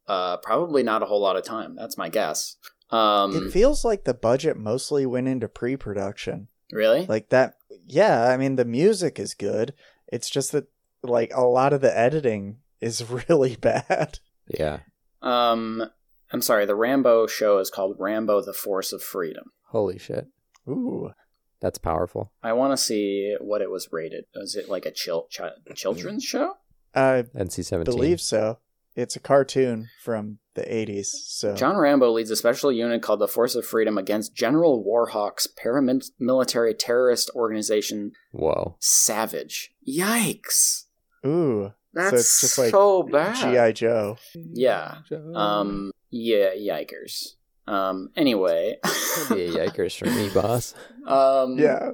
[SPEAKER 2] uh, probably not a whole lot of time. That's my guess. Um,
[SPEAKER 1] It feels like the budget mostly went into pre production.
[SPEAKER 2] Really?
[SPEAKER 1] like that yeah i mean the music is good it's just that like a lot of the editing is really bad
[SPEAKER 3] Yeah.
[SPEAKER 2] um, I'm sorry. The Rambo show is called Rambo: The Force of Freedom.
[SPEAKER 3] Holy shit.
[SPEAKER 1] ooh
[SPEAKER 3] That's powerful.
[SPEAKER 2] I want to see what it
[SPEAKER 1] Mm-hmm.
[SPEAKER 2] was rated. Was it like a chil- chi- children's show?
[SPEAKER 1] i
[SPEAKER 3] NC seventeen.
[SPEAKER 1] believe so it's a cartoon from the 80s. So
[SPEAKER 2] John Rambo leads a special unit called the Force of Freedom against General Warhawk's paramilitary terrorist organization,
[SPEAKER 3] Whoa.
[SPEAKER 2] Savage. Yikes.
[SPEAKER 1] ooh,
[SPEAKER 2] That's
[SPEAKER 1] So it's just like
[SPEAKER 2] so bad.
[SPEAKER 1] GI Joe.
[SPEAKER 2] Yeah. Um, yeah, yikers. Um, anyway.
[SPEAKER 3] yeah, yikers for me, boss.
[SPEAKER 2] um,
[SPEAKER 1] Yeah,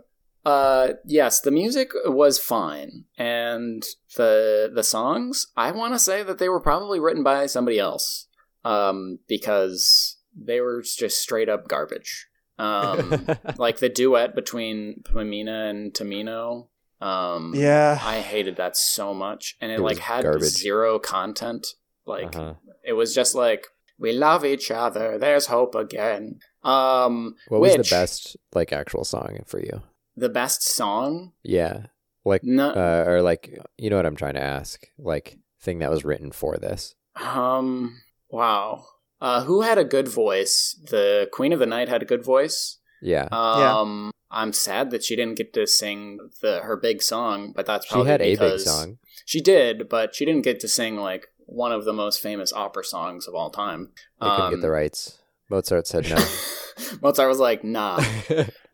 [SPEAKER 2] Uh, yes, the music was fine, and the the songs. I want to say that they were probably written by somebody else, um, because they were just straight up garbage. Um, like the duet between Pamina and Tamino. Um,
[SPEAKER 1] yeah.
[SPEAKER 2] I hated that so much, and it,
[SPEAKER 3] It was
[SPEAKER 2] like had
[SPEAKER 3] garbage.
[SPEAKER 2] zero content. Like
[SPEAKER 3] Uh-huh.
[SPEAKER 2] it was just like we love each other. There's hope again. Um,
[SPEAKER 3] What was
[SPEAKER 2] which-
[SPEAKER 3] the best like actual song for you?
[SPEAKER 2] The best song?
[SPEAKER 3] Yeah. Like
[SPEAKER 2] No.
[SPEAKER 3] uh, or like you know what I'm trying to ask? Like thing that was written for this.
[SPEAKER 2] Um. Wow. Uh, who had a good voice? The Queen of the Night had a good voice.
[SPEAKER 3] Yeah.
[SPEAKER 2] Um, I'm sad that she didn't get to sing the her big song, but that's
[SPEAKER 3] she
[SPEAKER 2] probably
[SPEAKER 3] had a big
[SPEAKER 2] because
[SPEAKER 3] song.
[SPEAKER 2] She did, but she didn't get to sing like one of the most famous opera songs of all time. Um,
[SPEAKER 3] They couldn't get the rights. Mozart said no.
[SPEAKER 2] Mozart was like, "Nah."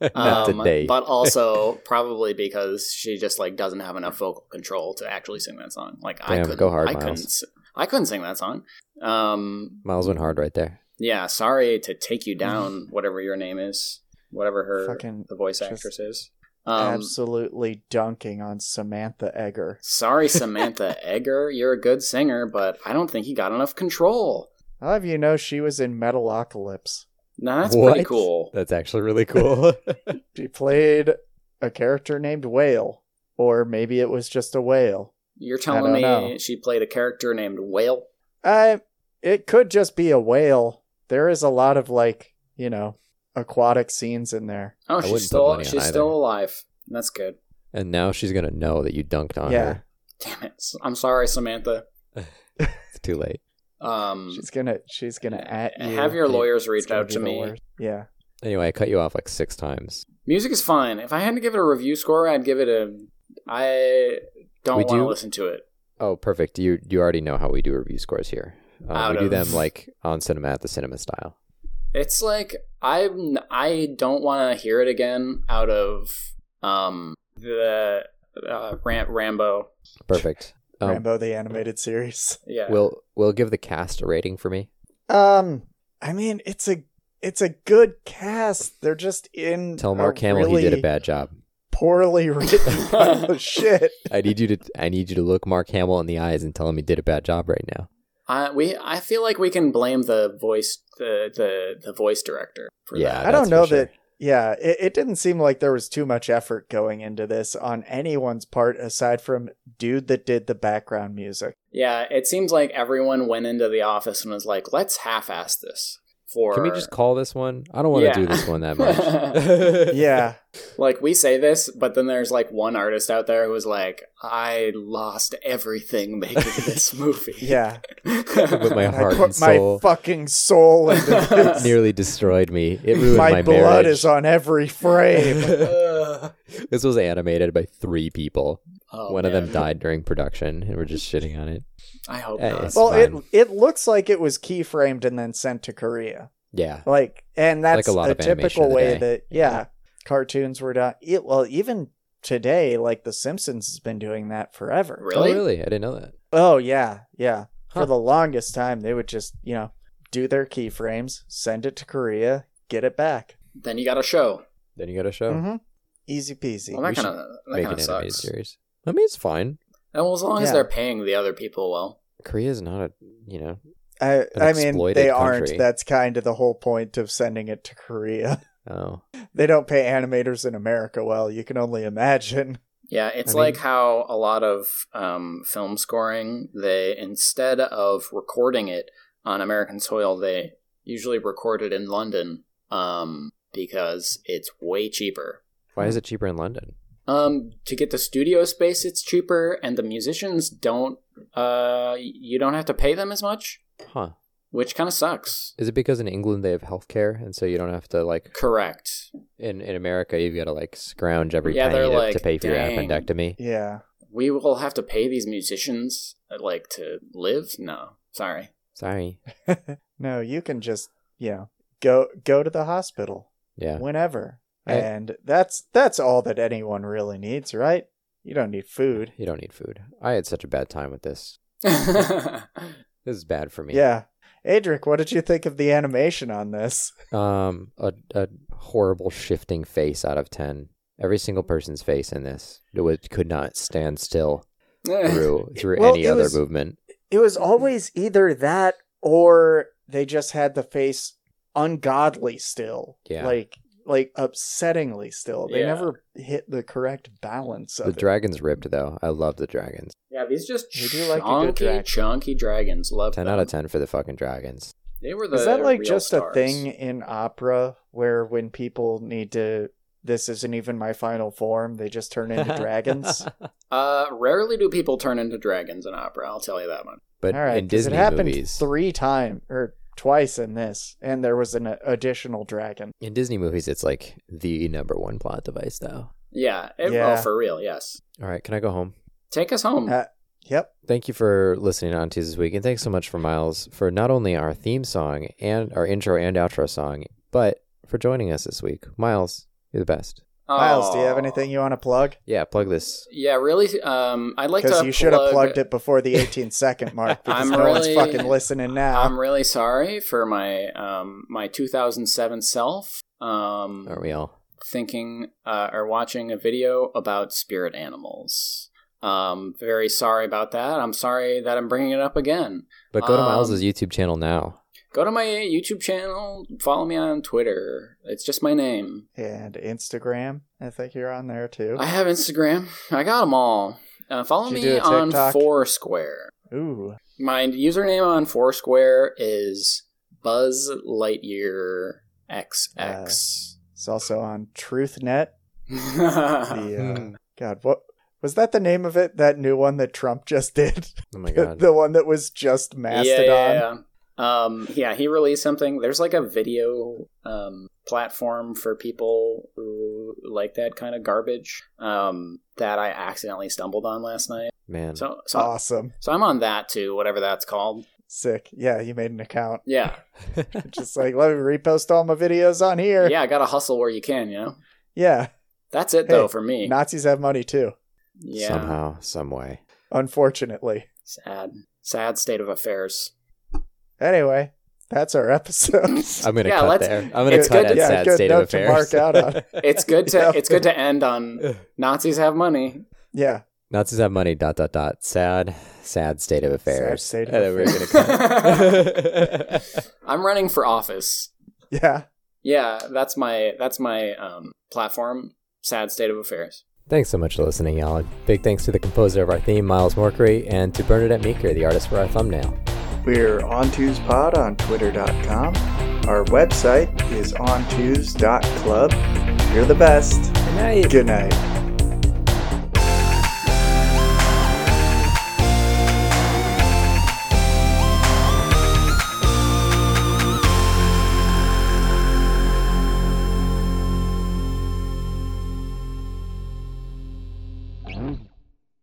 [SPEAKER 2] Um,
[SPEAKER 3] Not today.
[SPEAKER 2] But also probably because she just like doesn't have enough vocal control to actually sing that song. Like I
[SPEAKER 3] Damn,
[SPEAKER 2] couldn't,
[SPEAKER 3] go hard,
[SPEAKER 2] I
[SPEAKER 3] Miles.
[SPEAKER 2] couldn't, s- I couldn't sing that song. Um,
[SPEAKER 3] Miles went hard right there.
[SPEAKER 2] yeah, sorry to take you down, whatever your name is, whatever her
[SPEAKER 1] Fucking
[SPEAKER 2] the voice
[SPEAKER 1] just
[SPEAKER 2] actress is. Um,
[SPEAKER 1] Absolutely dunking on Samantha Egger.
[SPEAKER 2] sorry, Samantha Egger, you're a good singer, but I don't think you got enough control.
[SPEAKER 1] I'll have you know she was in Metalocalypse.
[SPEAKER 2] Now that's pretty
[SPEAKER 3] What?
[SPEAKER 2] cool.
[SPEAKER 3] That's actually really cool.
[SPEAKER 1] She played a character named Whale, or maybe it was just a whale.
[SPEAKER 2] You're
[SPEAKER 1] don't
[SPEAKER 2] telling me
[SPEAKER 1] know.
[SPEAKER 2] she played a character named Whale.
[SPEAKER 1] I it could just be a whale. There is a lot of like, you know, aquatic scenes in there.
[SPEAKER 2] Oh,
[SPEAKER 3] I wouldn't
[SPEAKER 2] she's
[SPEAKER 3] put
[SPEAKER 2] still
[SPEAKER 3] money on
[SPEAKER 2] she's
[SPEAKER 3] either.
[SPEAKER 2] still alive. That's good.
[SPEAKER 3] and now she's gonna know that you dunked on
[SPEAKER 1] Yeah.
[SPEAKER 3] her.
[SPEAKER 2] Damn it! I'm sorry, Samantha.
[SPEAKER 3] It's too late.
[SPEAKER 2] Um,
[SPEAKER 1] She's gonna she's gonna at you.
[SPEAKER 2] have your
[SPEAKER 1] It's
[SPEAKER 2] lawyers reach
[SPEAKER 1] gonna
[SPEAKER 2] out
[SPEAKER 1] be
[SPEAKER 2] to
[SPEAKER 1] the
[SPEAKER 2] me.
[SPEAKER 1] worst. Yeah.
[SPEAKER 3] Anyway, I cut you off like six times.
[SPEAKER 2] Music is fine. If I had to give it a review score, I'd give it a. I don't
[SPEAKER 3] We
[SPEAKER 2] want to
[SPEAKER 3] do-
[SPEAKER 2] listen to it.
[SPEAKER 3] Oh, perfect. You you already know how we do review scores here. Uh,
[SPEAKER 2] Out
[SPEAKER 3] we do
[SPEAKER 2] of-
[SPEAKER 3] them like on cinema at the cinema style.
[SPEAKER 2] It's like I'm. I don't want to hear it again out of um the uh, Ram- Rambo.
[SPEAKER 3] Perfect. Um,
[SPEAKER 1] Rambo the animated series.
[SPEAKER 2] Yeah.
[SPEAKER 3] We'll we'll give the cast a rating for me.
[SPEAKER 1] Um I mean it's a it's a good cast. They're just in
[SPEAKER 3] Tell
[SPEAKER 1] a
[SPEAKER 2] Oh,
[SPEAKER 3] Mark Hamill he did
[SPEAKER 1] really
[SPEAKER 3] a bad job.
[SPEAKER 1] poorly written pile of shit.
[SPEAKER 3] I need you to I need you to look Mark Hamill in the eyes and tell him he did a bad job right now.
[SPEAKER 2] I we I feel like we can blame the voice the the, the voice director for
[SPEAKER 3] Yeah,
[SPEAKER 2] that.
[SPEAKER 1] I don't
[SPEAKER 3] Ah, that's for
[SPEAKER 1] know
[SPEAKER 3] sure.
[SPEAKER 1] that. Yeah, it, it didn't seem like there was too much effort going into this on anyone's part aside from dude that did the background music.
[SPEAKER 2] Yeah, it seems like everyone went into the office and was like, "Let's half-ass this." For
[SPEAKER 3] Can we just call this one? I don't want to
[SPEAKER 2] Yeah.
[SPEAKER 3] do this one that much.
[SPEAKER 1] Yeah,
[SPEAKER 2] Like we say this, but then there's like one artist out there who's like, "I lost everything making this movie."
[SPEAKER 1] yeah.
[SPEAKER 3] With my
[SPEAKER 1] I
[SPEAKER 3] heart
[SPEAKER 1] put
[SPEAKER 3] and soul
[SPEAKER 1] my fucking soul into this.
[SPEAKER 3] nearly destroyed me. It ruined my,
[SPEAKER 1] my, blood
[SPEAKER 3] marriage.
[SPEAKER 1] is on every frame.
[SPEAKER 2] Ugh.
[SPEAKER 3] this was animated by three people.
[SPEAKER 2] Oh,
[SPEAKER 3] One of them
[SPEAKER 2] man.
[SPEAKER 3] died during production, and we're just shitting on it.
[SPEAKER 2] I hope
[SPEAKER 3] Hey,
[SPEAKER 2] not.
[SPEAKER 3] it's-
[SPEAKER 1] well, it
[SPEAKER 3] fine.
[SPEAKER 1] it looks like it was keyframed and then sent to Korea.
[SPEAKER 3] Yeah,
[SPEAKER 2] Oh,
[SPEAKER 1] Like, and that's
[SPEAKER 3] Like a lot
[SPEAKER 1] a
[SPEAKER 3] of animation
[SPEAKER 1] typical
[SPEAKER 3] of the
[SPEAKER 1] way
[SPEAKER 3] day.
[SPEAKER 1] that yeah, cartoons were done. It, well, even today, like The Simpsons has been doing that forever.
[SPEAKER 2] Really?
[SPEAKER 3] Oh, really? I didn't know that.
[SPEAKER 1] Oh yeah, yeah.
[SPEAKER 3] Huh.
[SPEAKER 1] For the longest time, they would just you know do their keyframes, send it to Korea, get it back.
[SPEAKER 2] Then you got a show.
[SPEAKER 3] Then you got a show.
[SPEAKER 1] hmm Easy peasy.
[SPEAKER 2] Oh. Well, that
[SPEAKER 3] we
[SPEAKER 2] kind of Mm-hmm. that
[SPEAKER 3] Make
[SPEAKER 2] kind
[SPEAKER 3] an
[SPEAKER 2] of
[SPEAKER 3] animated
[SPEAKER 2] sucks. And
[SPEAKER 3] series. I mean, it's fine.
[SPEAKER 2] well, as long as
[SPEAKER 1] Yeah.
[SPEAKER 2] they're paying the other people well.
[SPEAKER 3] Korea's not a you know.
[SPEAKER 1] I, I mean,
[SPEAKER 3] exploited
[SPEAKER 1] they
[SPEAKER 3] country.
[SPEAKER 1] aren't. That's kind of the whole point of sending it to Korea.
[SPEAKER 3] Oh,
[SPEAKER 1] they don't pay animators in America well. You can only imagine.
[SPEAKER 2] Yeah, it's
[SPEAKER 3] I mean-
[SPEAKER 2] like how a lot of um, film scoring, they instead of recording it on American soil, they usually record it in London um, because it's way cheaper.
[SPEAKER 3] why is it cheaper in London?
[SPEAKER 2] Um, to get the studio space, it's cheaper, and the musicians don't. Uh, you don't have to pay them as much,
[SPEAKER 3] Huh?
[SPEAKER 2] which kind of sucks.
[SPEAKER 3] Is it because in England they have healthcare, and so you don't have to like
[SPEAKER 2] Correct.
[SPEAKER 3] in in America you've got to like scrounge every
[SPEAKER 2] Yeah,
[SPEAKER 3] penny
[SPEAKER 2] they're
[SPEAKER 3] to,
[SPEAKER 2] like,
[SPEAKER 3] to pay for
[SPEAKER 2] "Dang."
[SPEAKER 3] your appendectomy?
[SPEAKER 1] Yeah,
[SPEAKER 2] We will have to pay these musicians like to live. No. Sorry.
[SPEAKER 3] Sorry.
[SPEAKER 1] No, you can just, you know, go go to the hospital
[SPEAKER 3] Yeah.
[SPEAKER 1] whenever.
[SPEAKER 3] I-
[SPEAKER 1] and that's that's all that anyone really needs, right? You don't need food.
[SPEAKER 3] You don't need food. I had such a bad time with this. This is bad for me.
[SPEAKER 1] Yeah. Adric, what did you think of the animation on this?
[SPEAKER 3] Um, a, a horrible shifting face out of 10. Every single person's face in this would, could not stand still through through
[SPEAKER 1] Well,
[SPEAKER 3] any
[SPEAKER 1] it
[SPEAKER 3] other
[SPEAKER 1] was-
[SPEAKER 3] movement.
[SPEAKER 1] It
[SPEAKER 3] Mm-hmm.
[SPEAKER 1] was always either that or they just had the face ungodly still.
[SPEAKER 3] Yeah.
[SPEAKER 1] Like like upsettingly still. They
[SPEAKER 2] Yeah.
[SPEAKER 1] never hit the correct balance
[SPEAKER 3] The
[SPEAKER 1] of it.
[SPEAKER 3] dragons ripped though. I love the dragons.
[SPEAKER 2] yeah, these just
[SPEAKER 1] We
[SPEAKER 2] chunky,
[SPEAKER 1] do like a good dragon.
[SPEAKER 2] chunky dragons. Love
[SPEAKER 3] 10
[SPEAKER 2] them.
[SPEAKER 3] out of 10 for the fucking dragons.
[SPEAKER 2] They were the
[SPEAKER 1] Is that like
[SPEAKER 2] real
[SPEAKER 1] just a
[SPEAKER 2] stars.
[SPEAKER 1] thing in opera where when people need to this isn't even my final form, they just turn into dragons?
[SPEAKER 2] Uh, rarely do people turn into dragons in opera. I'll tell you that one.
[SPEAKER 3] But
[SPEAKER 1] All right,
[SPEAKER 3] in
[SPEAKER 1] 'cause
[SPEAKER 3] Disney
[SPEAKER 1] it happened
[SPEAKER 3] movies,
[SPEAKER 1] three times or twice in this, and there was an additional dragon.
[SPEAKER 3] in Disney movies it's like the number one plot device though.
[SPEAKER 2] Yeah. It,
[SPEAKER 1] Yeah.
[SPEAKER 2] Oh, for real. Yes.
[SPEAKER 3] All right, can I go home?
[SPEAKER 2] Take us home.
[SPEAKER 1] Uh, Yep,
[SPEAKER 3] Thank you for listening on Tuesdays this week, and thanks so much for Miles for not only our theme song and our intro and outro song, but for joining us this week. Miles, you're the best.
[SPEAKER 1] Miles, do you have
[SPEAKER 2] Aw.
[SPEAKER 1] anything you want to plug?
[SPEAKER 3] Yeah, plug this.
[SPEAKER 2] Yeah, really. Um, I'd like to.
[SPEAKER 1] Because you should have
[SPEAKER 2] plug-
[SPEAKER 1] plugged it before the 18 second mark, because
[SPEAKER 2] I'm
[SPEAKER 1] no one's
[SPEAKER 2] really-
[SPEAKER 1] fucking listening now.
[SPEAKER 2] I'm really sorry for my um my 2007 self. Um,
[SPEAKER 1] Oh.
[SPEAKER 3] Aren't we all?
[SPEAKER 2] thinking uh, or watching a video about spirit animals. Um, very sorry about that. I'm sorry that I'm bringing it up again.
[SPEAKER 3] But go to
[SPEAKER 2] Um,
[SPEAKER 3] Miles's YouTube channel now.
[SPEAKER 2] Go to my YouTube channel. Follow me on Twitter. It's just my name.
[SPEAKER 1] And Instagram, I think you're on there too.
[SPEAKER 2] I have Instagram. I got them all. Uh, follow
[SPEAKER 1] Did
[SPEAKER 2] me
[SPEAKER 1] you do a
[SPEAKER 2] on
[SPEAKER 1] TikTok?
[SPEAKER 2] Foursquare.
[SPEAKER 1] Ooh,
[SPEAKER 2] My username on Foursquare is Buzz Lightyear XX.
[SPEAKER 1] it's also on TruthNet. The, uh,
[SPEAKER 3] Hmm.
[SPEAKER 1] God, what was that the name of it? That new one that Trump just did?
[SPEAKER 3] Oh my god.
[SPEAKER 1] the one that was just Mastodon?
[SPEAKER 2] Yeah, yeah, yeah. Um, yeah, he released something. There's like a video um, platform for people who like that kind of garbage um, that I accidentally stumbled on last night.
[SPEAKER 3] Man.
[SPEAKER 2] So, so,
[SPEAKER 1] Awesome.
[SPEAKER 2] so I'm on that too, whatever that's called.
[SPEAKER 1] Sick. Yeah, you made an account.
[SPEAKER 2] Yeah,
[SPEAKER 1] Just like, let me repost all my videos on here.
[SPEAKER 2] yeah. I gotta hustle where you can. You know,
[SPEAKER 1] Yeah,
[SPEAKER 2] that's it
[SPEAKER 1] Hey,
[SPEAKER 2] though for me.
[SPEAKER 1] Nazis have money too,
[SPEAKER 2] yeah,
[SPEAKER 3] Somehow, some way.
[SPEAKER 1] unfortunately.
[SPEAKER 2] sad, sad state of affairs.
[SPEAKER 1] Anyway, that's our episode.
[SPEAKER 3] I'm gonna
[SPEAKER 2] Yeah,
[SPEAKER 3] cut
[SPEAKER 2] let's-
[SPEAKER 3] there. I'm gonna
[SPEAKER 2] it's
[SPEAKER 3] cut
[SPEAKER 2] good to-
[SPEAKER 3] that
[SPEAKER 1] yeah,
[SPEAKER 3] sad
[SPEAKER 1] good
[SPEAKER 3] state of
[SPEAKER 1] note to mark
[SPEAKER 3] affairs.
[SPEAKER 1] out on.
[SPEAKER 2] It's good to
[SPEAKER 1] Yeah.
[SPEAKER 2] it's good to end on Nazis have money.
[SPEAKER 1] yeah,
[SPEAKER 3] Nazis have money. Dot dot dot. Sad, sad state of affairs.
[SPEAKER 1] state of
[SPEAKER 3] And then we're gonna cut.
[SPEAKER 2] I'm running for office.
[SPEAKER 1] yeah.
[SPEAKER 2] yeah that's my that's my um platform sad state of affairs
[SPEAKER 3] Thanks so much for listening, y'all. Big thanks to the composer of our theme, Miles Morkery, and to Bernadette Meeker, the artist for our thumbnail.
[SPEAKER 1] We're OnTwosPod on Twitter.com. Our website is OnTwos.club. You're the best.
[SPEAKER 3] Good night.
[SPEAKER 1] Good night.